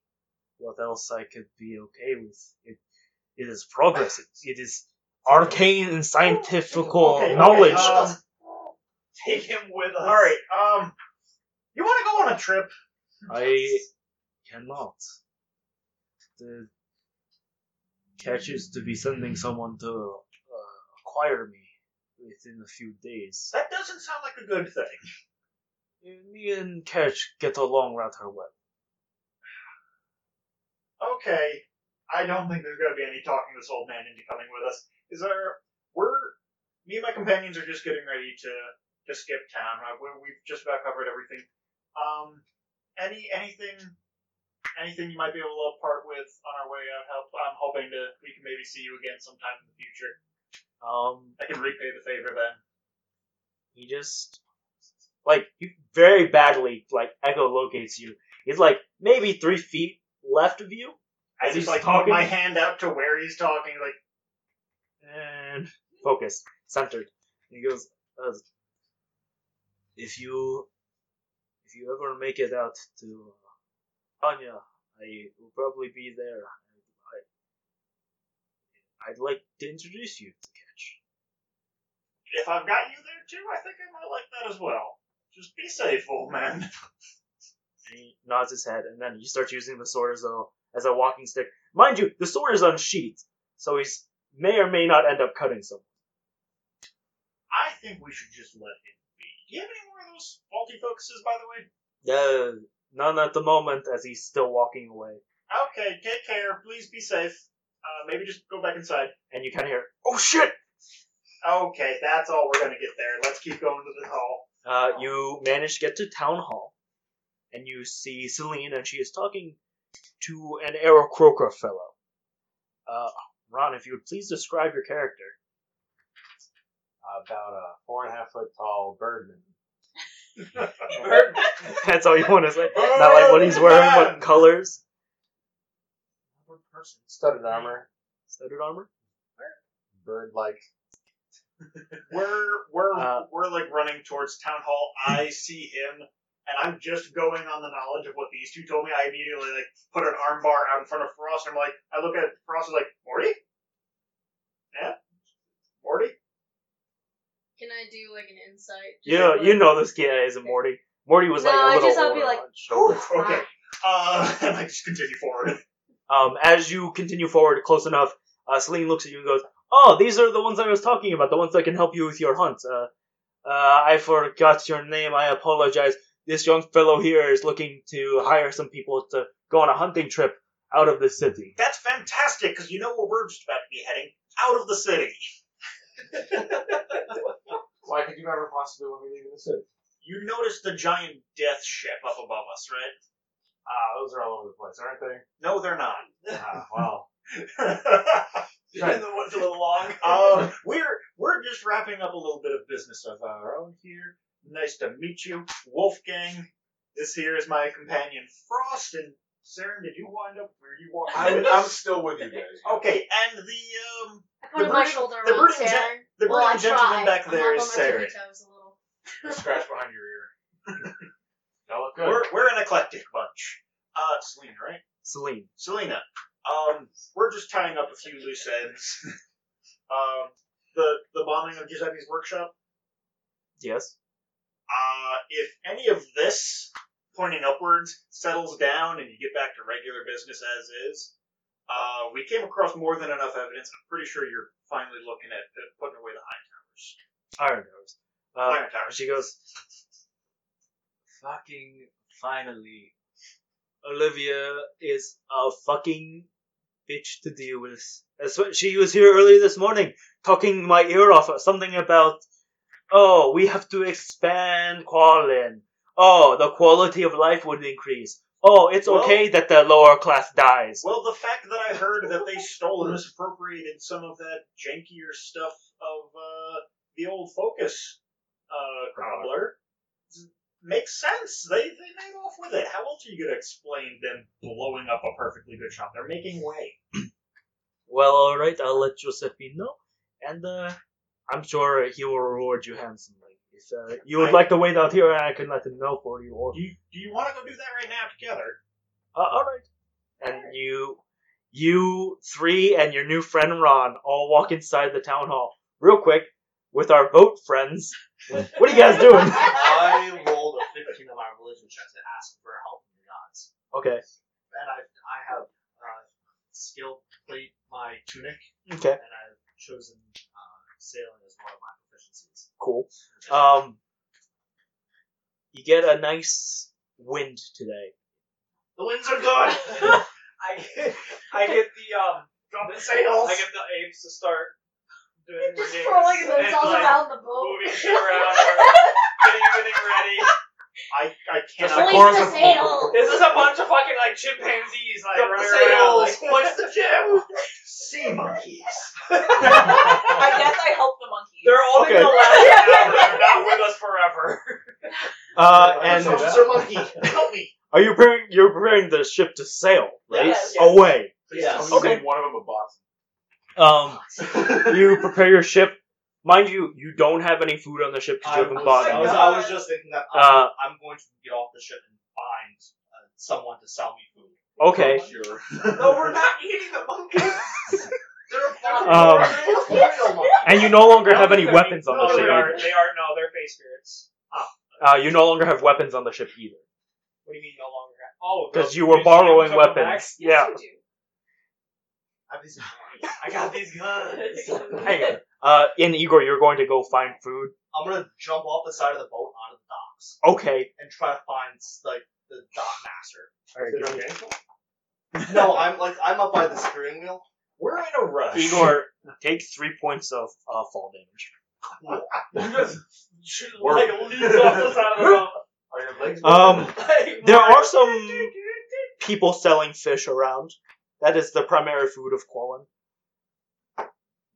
what else I could be okay with. It, it is progress. It, it is arcane and scientific
okay,
knowledge.
um,
Take him with us.
All right. Um, you want to go on a trip?
I cannot. The catch is to be sending someone to uh, acquire me within a few days.
That doesn't sound like a good thing.
Me and Catch get along rather well.
Okay. I don't think there's going to be any talking this old man into coming with us. Is there? We're me and my companions are just getting ready to to skip town. Right? We- We've just about covered everything. Um, any anything anything you might be able to part with on our way out? Help. I'm hoping to we can maybe see you again sometime in the future.
Um,
I can repay the favor then.
he just like he very badly like echolocates you. He's like maybe three feet left of you,
I
As he's
just like
talking-
put my hand out to where he's talking. Like
and focus centered. And he goes, uh, "If you, if you ever make it out to uh, Anya, I will probably be there. I, I'd like to introduce you to Catch.
if I've got you there too, I think I might like that as well. Just be safe, old man.
And he nods his head, and then he starts using the sword as a as a walking stick. Mind you, the sword is unsheathed, so he's may or may not end up cutting someone.
I think we should just let him be. Do you have any more of those faulty focuses, by the way?
Uh, none at the moment, as he's still walking away.
Okay, take care. Please be safe. Uh, maybe just go back inside.
And you kind of hear, "Oh shit!"
Okay, that's all we're gonna get there. Let's keep going to the hall.
Uh, you manage to get to town hall, and you see Celine, and she is talking to an Aerocroker fellow. Uh, Ron, if you would please describe your character.
About a four and a half foot tall birdman.
That's all you want to say. Not like what he's wearing, what colors.
Studded armor,
Studded armor.
bird like.
We're we're
Uh,
we're like running towards town hall. I see him, and I'm just going on the knowledge of what these two told me. I immediately like put an arm bar out in front of Frost. And I'm like, I look at Frost. and like, Morty. Yeah, Morty.
Can I do like an insight? Just,
Yeah,
like,
you know this kid isn't Morty. Morty was like
No,
a
I
little
just thought
older
be like,
on
Whew,
show.
okay. Uh, and I just continue forward.
Um, as you continue forward close enough, uh, Celine looks at you and goes, "Oh, these are the ones I was talking about. The ones that can help you with your hunt. Uh, uh, I forgot your name. I apologize. This young fellow here is looking to hire some people to go on a hunting trip out of the city.
That's fantastic because you know where we're just about to be heading out of the city.
Why could you never possibly want me leaving the city?
You noticed the giant death ship up above us, right?
Ah, those are all over the place, aren't they?
No, they're not.
Ah, wow.
You've been the one for the long.
um, we're we're just wrapping up a little bit of business of our own here. Nice to meet you, Wolfgang. This here is my companion Frost. And Saren, did you wind up where you walked?
I'm, I'm still with you guys.
okay, and the um
I put
The
my
brooding-
shoulder
the
around
brooding gen-
Saren.
the
well, I
brilliant gentleman
tried.
back
I'm
there
up
is
on my tippy
Saren.
toes a little.
A scratch behind your ear. Y'all look good.
We're we're an eclectic bunch. Uh, Selena, right?
Celine,
Selena, um, we're just tying up a few loose ends. um, the the bombing of Giuseppe's workshop.
yes,
Uh, if any of this pointing upwards settles down and you get back to regular business as is, uh, we came across more than enough evidence. I'm pretty sure you're finally looking at uh, putting away the high towers.
Iron Towers. Uh,
Iron towers.
she goes, fucking finally, Olivia is a fucking bitch to deal with. That's what she was here earlier this morning, talking my ear off. Something about, oh, we have to expand Qualin. Oh, the quality of life would increase. Oh, it's
Well-
okay that the lower class dies.
Well, the fact that I heard that they stole and misappropriated some of that jankier stuff of uh, the old Focus uh, cobbler
makes sense. They they made off with it. How else are you gonna explain them blowing up a perfectly good shop? They're making way.
Well, all right, I'll let Josephine know, and uh, I'm sure he will reward you handsomely. If uh, you would
I-
like to wait out here, I can let him know for you. Or
Do you do you want to go do that right now together?
uh, all right, and you, you three, and your new friend Ron all walk inside the town hall real quick with our vote friends. what are you guys doing?
I rolled a 15 on my religion check to ask for help from the gods.
Okay,
And I, I have uh, skill plate my tunic,
okay,
and I've chosen uh, sailing as one of my proficiencies.
cool. Um, you get a nice wind today.
The winds are gone. I get, I get the um. Drop the sails. I get the apes to start doing
Just
riggings
twirling
and,
themselves
like,
around the boat.
moving shit around, getting everything ready.
I I
Just
cannot.
like
Release the
Corazon-
sail.
This is a bunch of fucking like chimpanzees like
Drop the
running around.
sails.
Like, what's the jam?
sea monkeys.
I guess I helped the monkeys.
They're only
Okay.
gonna last forever. They're not with us forever.
Uh,
And
and
Officer Monkey, help me.
Are you preparing? You're preparing the ship to sail, right?
Yes.
Away.
Yeah.
Okay.
One of them a boss.
Um, you prepare your ship. Mind you, you don't have any food on the ship because
I
you
was,
haven't bought
I,
any.
was, I was just thinking that I'm,
Uh,
I'm going to get off the ship and find uh, someone to sell me food.
Okay.
Sure.
No, we're not eating the monkeys. They're fucking
Um,
horrible.
And you no longer have any
They're-
weapons on the
no,
ship.
They are,
Either.
they are no, they're face spirits.
Uh, you no longer have weapons on the ship either
What do you mean no longer? have- Oh,
because
no,
you were
just-
borrowing
took them back?
weapons. Yeah.
Yes, you do.
I have these
I got these guns.
Hang on. Uh, and Igor, you're going to go find food.
I'm gonna jump off the side of the boat onto the docks
Okay.
and try to find like the dock master.
All right, give me-
No, I'm like I'm up by the steering wheel.
We're in a rush.
Igor, take three points of uh, fall damage.
You just shoot,
We're-
like leaps off the side of the boat.
Are your legs
Um,
Like,
there
what?
are some people selling fish around. That is the primary food of Quallen.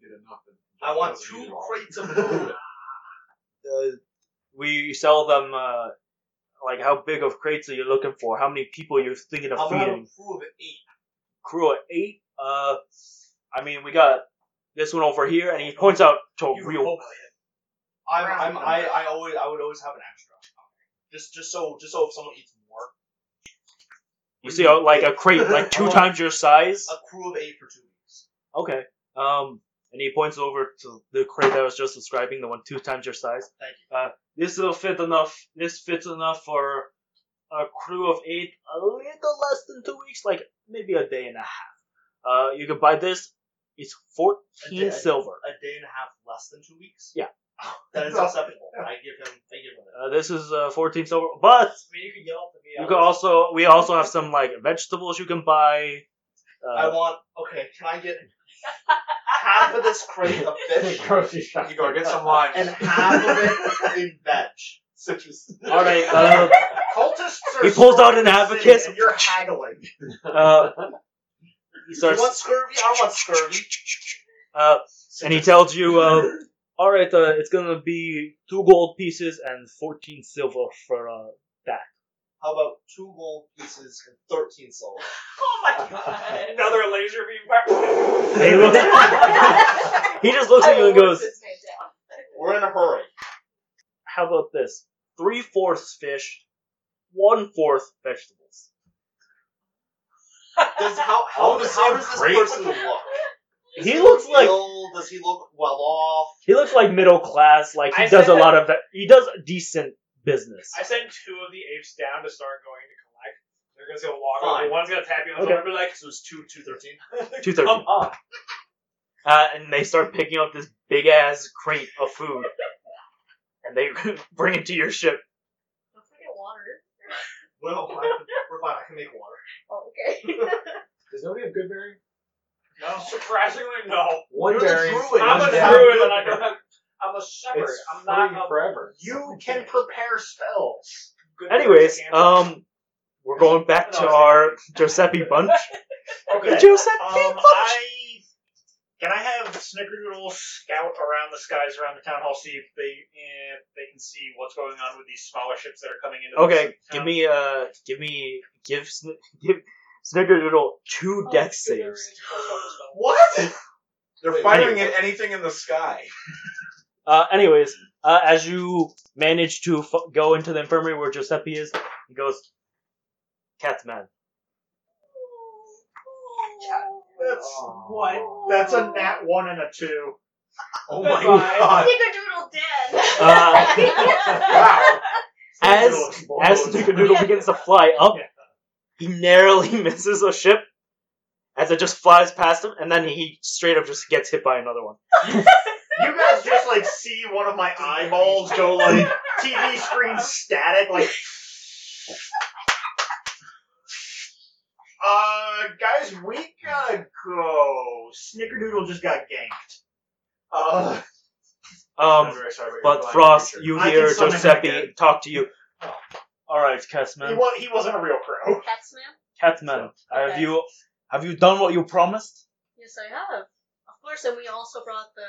Get enough and-
I want two crates of food.
uh, we sell them uh, like how big of crates are you looking for? How many people you're thinking of
I'm gonna
feeding?
improve it eight.
Crew of eight. Uh, I mean, we got this one over here, and he points out to a Oh, real.
I'm, I'm I, I always I would always have an extra. Just just so just so if someone eats more,
You see, uh, like a crate, like two times your size.
a crew of eight for two weeks.
Okay. Um, and he points over to the crate that I was just describing, the one two times your size.
Thank
you. Uh, this will fit enough. This fits enough for a crew of eight, a little less than two weeks, like maybe a day and a half. Uh, you can buy this. It's
A
fourteen
day.
silver.
A day and a half less than two weeks.
Yeah.
that is acceptable. I give him I give him that.
Uh, this is uh, fourteen silver, but
I mean, you could yell at me.
you can also we also have some like vegetables you can buy.
I
Uh,
want okay. Can I get half of this crate of fish
grocery shop.
Igor, get some lime.
and half of it in veg?
citrus.
all right. Uh,
Cultists are
He pulls out an
screwing the city,
abacus.
and You're haggling.
uh, he
Do you
starts.
want scurvy? I don't want scurvy.
Uh, and he tells you, uh, all right, uh, it's gonna be two gold pieces and fourteen silver for uh,
How about two gold pieces and thirteen silver?
Oh my god.
Another laser beam. fire.
He looks. he just looks at you and goes,
We're in a hurry.
"How about this? Three fourths fish, one fourth vegetables."
Does how
All
Oh,
how,
the
does,
same
how does this
crate.
person look? Is
He looks like-
ill? Does he look well off?
He looks like middle class. Like he
I
does a
said
lot of. He does decent business.
I sent two of the apes down to start going to collect. They're gonna go walk
Fine.
over. One's gonna tap you on the
Okay.
shoulder and be like,
So it's two two thirteen.
Two thirty.
"Come on."
Uh, and they start picking up this big ass crate of food, and they bring it to your ship.
Don't forget water.
Well, I, we're fine. I can make water.
Oh, okay.
Does nobody have good berry?
Surprisingly, no.
One
You're the
berry.
druid.
I'm
one
a
down.
Who's that?
druid, and I don't have. I'm a shepherd.
It's
I'm not
free
a
forever.
You can prepare spells.
good.
Anyways,
person.
um, we're going back to our Giuseppe Bunch.
Okay.
Giuseppe
Um,
Bunch.
I can I have
snickerdoodle scout around the skies around the town hall, see if they if they can see what's going on with these smaller ships that are coming into.
Okay,
this
give
town.
me uh, give me give Sn- give Snickerdoodle
Oh,
two death saves.
What? They're
Wait,
firing
wait.
at anything in the sky.
Uh, anyways, uh, as you manage to f- go into the infirmary where Giuseppe is, he goes, "Catman."
That's what? That's a nat one and a two.
Oh my
Goodbye.
god.
Snickerdoodle dead.
Uh, As as Snickerdoodle
Yeah.
begins to fly up, he narrowly misses a ship as it just flies past him, and then he straight up just gets hit by another one.
You guys just like see one of my eyeballs go like TV screen static, like. Uh, guys, we gotta go. Snickerdoodle just got ganked. Uh,
Um, but Frost, you
I can
hear
summon him
Giuseppe
again.
talk to you. All right, Catman.
he, wa- he wasn't a real crow.
That's ma'am?
Catman, have
Okay.
you have you done what you promised?
Yes, I have. Of course, and we also brought the.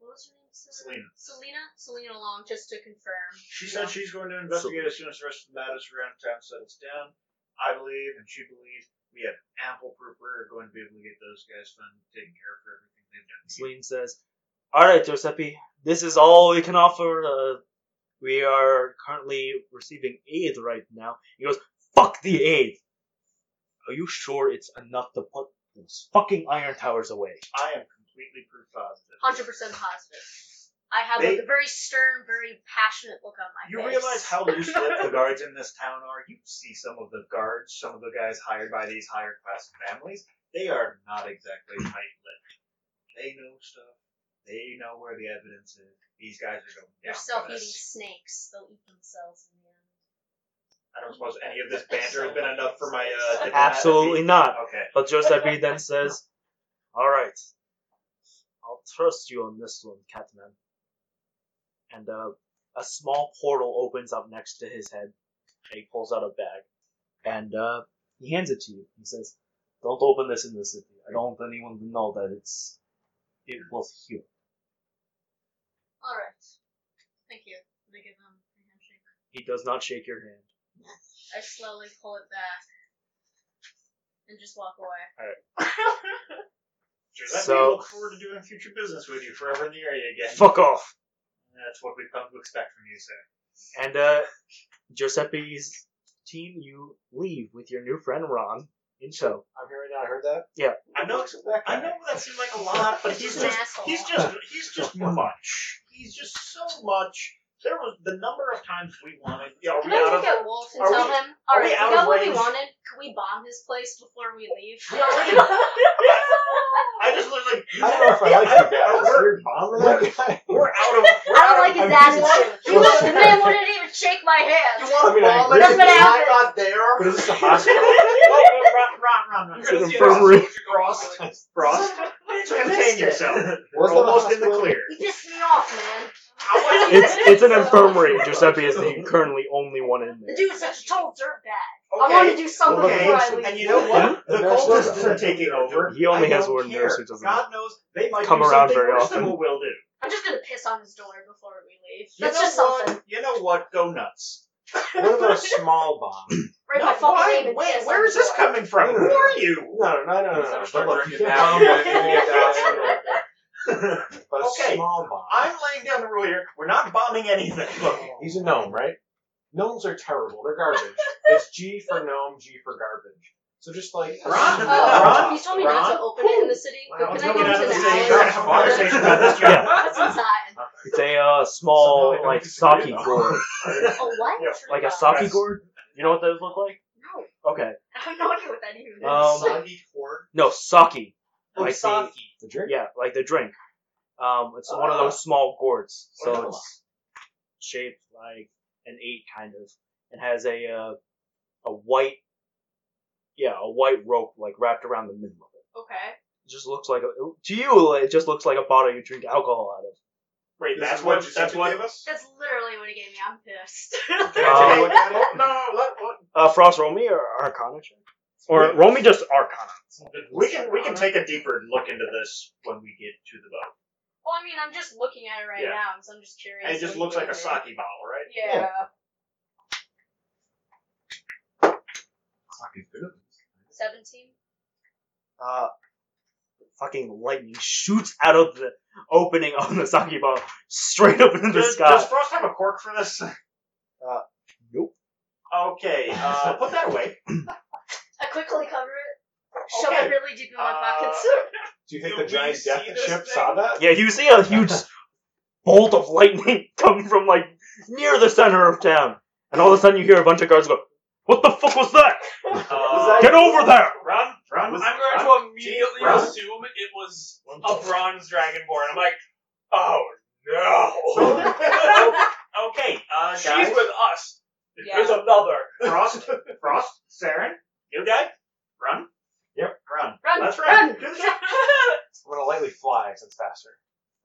What was her name? Selena. Selena? Selena along just to confirm.
She said she's going to investigate as soon as the rest of the matters around town settles down. I believe, and she believes, we have ample proof we're going to be able to get those guys fun taken care of for everything they've done.
Celine says, "All right, Giuseppe, this is all we can offer. Uh, we are currently receiving aid right now." He goes, "Fuck the aid. Are you sure it's enough to put those fucking iron towers away?"
I am completely proof positive.
100% positive. I have
They-
a very stern, very passionate look on my
You
face.
realize how loose lipped the guards in this town are? You see some of the guards, some of the guys hired by these higher class families. They are not exactly tight lipped. They know stuff. They know where the evidence is. These guys are going
They're
down.
self
for
eating
this.
snakes. They'll eat themselves in the end.
I don't suppose any of this banter has been enough for my uh diplomatic
Absolutely not.
Okay.
But Giuseppe then says, "All right, I'll trust you on this one, Catman." And uh, a small portal opens up next to his head. And he pulls out a bag, and uh, he hands it to you. He says, "Don't open this in the city. I don't want anyone to know that it's it was here."
Alright. Thank you. And I give him a handshake.
He does not shake your hand.
I slowly pull it back and just walk away.
Oh.
Giuseppe,
So-
look forward to doing future business with you forever in the area again.
Fuck off.
That's what we've come to expect from you, sir.
And uh, Giuseppe's team, you leave with your new friend Ron in tow.
I'm hearing that. I heard that.
Yeah.
I know-
Looks at that
I
guy.
know that seemed like a lot, but he's
He's an
just
asshole.
he's just he's just much. He's just so much. There was the number of times we wanted. Yeah, are
Can
we out of?
I look at Wolf and
are
tell
we-
him,
are
alright,
we
you
out
got
of
what we
range?"
wanted? Can we bomb his place before we leave?
We already- I just looked like
I don't know if I like that guy.
I-
Is there a bomb in that guy?
we're out of. We're
I
out of.
don't like
I
his
mean,
attitude. He
what-
was, the man wouldn't even shake my hand.
You want
I mean, I
to bomb
agree.
it?
That's what
I'm
happened.
not there.
But is this a hospital?
Ron, Ron, Ron, Ron,
an
Ron.
You're gonna see it on
infirmary.
social media.
Frost, contain yourself. We're
Was that a
almost in the
hospital?
clear.
You pissed me off, man.
I want
It's it's an infirmary. Giuseppe is the currently only one in
The
there.
dude's such a total dirtbag. I want to
Okay.
do something
Well,
before I
okay.
leave.
And you know what?
Yeah.
The
That's
cultists
right.
are taking over.
He only
I
has
don't
one
care.
nurse who doesn't
God knows they might
come
do
around
something
very
worse
often.
Than what we'll do.
I'm just gonna piss on his door before we leave.
You
That's
know
just
what?
something.
You know what? Go nuts.
What about a small bomb?
Write
No,
my fucking
why?
name and
Wait,
piss
where
on
is this
the door.
coming from? Who are you?
No, no, no, no, no.
Start
But look,
breaking
you
it
can't
down.
bomb it and then you die. But a
Okay.
small bomb.
I'm laying down the rule here. We're not bombing anything. Look,
He's a gnome, right? Gnomes are terrible. They're garbage. it's G for gnome, G for garbage. So just like a
Ron?
small
Oh,
bomb.
he's told me not to open it in the city,
Wow.
but can I
Get
go
out
into
of
the
the city. We're
That's
gonna have
alley?
a
fine.
conversation about this job.
Yeah.
What's inside?
It's a uh, small like sake gourd,
A what?
Yeah,
like a
sock.
sake gourd. You know what those look like?
No,
Okay,
I don't know what that even is.
Um,
Soggy cord.
no sake.
Oh,
Like the,
The drink.
yeah, like the drink. Um, it's one of those small gourds,
Oh.
so it's shaped like an eight kind of, and has a uh, a white, yeah, a white rope like wrapped around the middle of it.
okay.
It just looks like a to you. It just looks like a bottle you drink alcohol out of.
Wait,
This
that's
is what
what.
you
That's
said
what.
you gave us?
That's literally what he gave me. I'm pissed.
Can I take a
Um,
look at it?
No, no, no. Let, let,
Uh, Frost, roll me or Arcana check. Or roll me just Arcana.
We can we can take a deeper look into this when we get to the boat.
Well, I mean, I'm just looking at it right
Yeah.
now, so I'm just curious.
And it just
what
looks like a
you did.
sake bottle, right?
Yeah. Seventeen.
Uh, fucking lightning shoots out of the opening on the sake bottle straight up into the
Does,
sky.
does Frost have a cork for this?
Nope.
Okay, uh, put that away.
I quickly cover it. Shove
Okay.
it really deep in my
Uh,
pockets.
Do you think
Do
the
we
giant
see
death
this
ship
thing?
saw that?
Yeah, you see a huge bolt of lightning coming from like near the center of town, and all of a sudden you hear a bunch of guards go, "What the fuck was that?
Uh,
Get over there!"
Ron,
Ron was-
I'm going to immediately
Ron?
assume it was a bronze dragonborn. I'm like, oh no.
okay, uh,
She's
guys.
with us. There's
Yeah.
another.
Frost, Frost, Saren, you guys, run. Yep, run.
Run,
Let's
run.
run. Do the job.
We're gonna lightly fly since it's faster.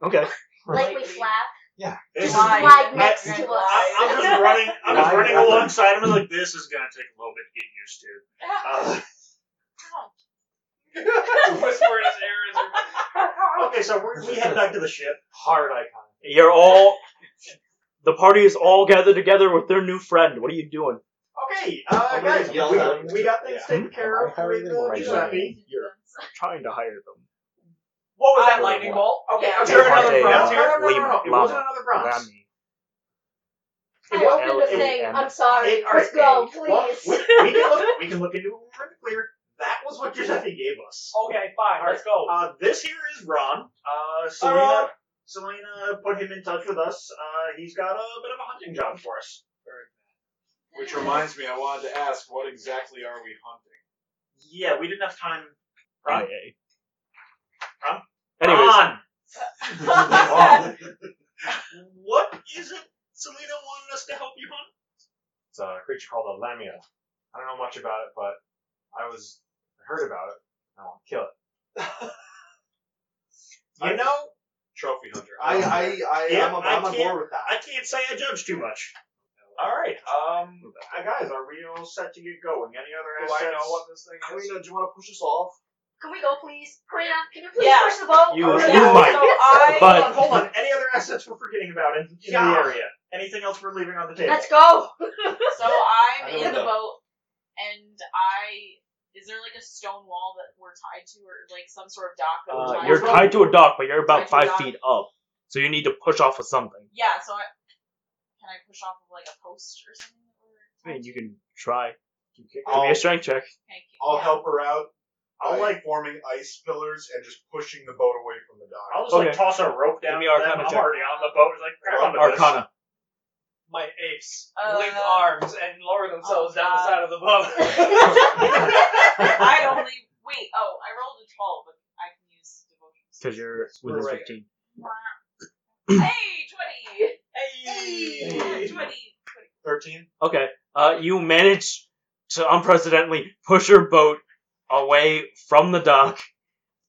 Okay.
Lightly flap.
This
Just
is-
Why?
I-
flag next
Matt-
to
I-
I-
us.
I'm just running. I'm just
Why?
running alongside him. and Like this is gonna take a little bit to get used to. Uh,
Whisper in his ear as you're
okay, so we're, we head back to the ship.
Hard icon.
You're all. The party is all gathered together with their new friend. What are you doing?
Okay,
Oh,
uh,
I'm
guys,
gonna yell at
we,
him.
we got things
Yeah.
taken care
Am I
of.
hiring
with,
him or
uh,
am I
Giuseppe.
Trying to hire them.
What was
I-
that lightning bolt?
Okay,
Yeah.
I'm sure another
Dante,
bronze
uh,
here. No, no, no, no,
Lima,
It wasn't
Lama,
another bronze.
Rami.
I opened a thing.
L-A-M.
I'm sorry.
It- all
Let's
right,
go,
hey, well,
please.
we, we can look, we can look into it when we're in the clear. That was what Giuseppe gave us.
Okay, fine,
All
let's go.
Uh, this here is Ron. Uh, Selena,
Ron.
Selena put him in touch with us. Uh, he's got a bit of a hunting job for us.
Which reminds me, I wanted to ask, what exactly are we hunting?
Yeah, we didn't have time. Ron.
IA.
Ron?
Anyways,
Ron,
Oh,
what is it Selena wanted us to help you hunt?
It's a creature called a lamia. I don't know much about it, but I was I heard about it. and I want to kill it.
You know,
trophy hunter.
I, I, I,
Yeah,
I'm, on-
I
I'm on
can't-
board with that.
I can't say I judge too much. All right, um, uh, guys, are we all set to get going? Any other
Do I
assets?
know what this thing is?
Karina, do you want to push us off?
Can we go, please? Karina, can you please
Yeah.
push the boat?
You-
We're
you
gonna-
might,
I-
Hold
but-
on, hold on. Any other assets we're forgetting about in, in
Yeah.
the area? Anything else we're leaving on the table?
Let's go.
So I'm
I don't
in the
know.
boat, and I. Is there like a stone wall that we're tied to, or like some sort of dock that we're
uh,
tied
you're
to?
tied to a dock, but you're about
Tied to a
five
dock.
feet up, so you need to push off of something.
Yeah, so I. Can I push off of like a post or something? that we're
I mean,
tied
you
to?
can try. Give me
I'll,
a strength check.
Okay, can-
I'll
yeah.
help her out.
I'll
by
like-
forming ice pillars and just pushing the boat away from the dock.
I'll just
Okay.
like toss a rope
Give
down.
me
to them.
Arcana
I'm
check.
already on the boat. It's like grab onto this.
Arcana.
My apes
Uh,
link arms and lower themselves
oh,
down the
God.
side of the boat.
I only wait. Oh, I rolled a twelve, but I can use devotion.
Because you're within 15.
Hey, twenty.
Hey.
Twenty. Twenty.
Thirteen.
Okay. Uh, you manage to unprecedentedly push your boat away from the dock,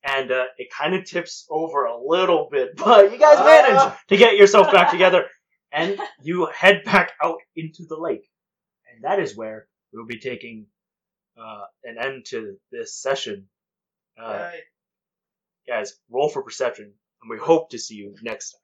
and uh, it kind of tips over a little bit, but you guys manage to get yourself back together, and you head back out into the lake. And that is where we'll be taking uh, an end to this session. Uh, guys, roll for perception, and we hope to see you next time.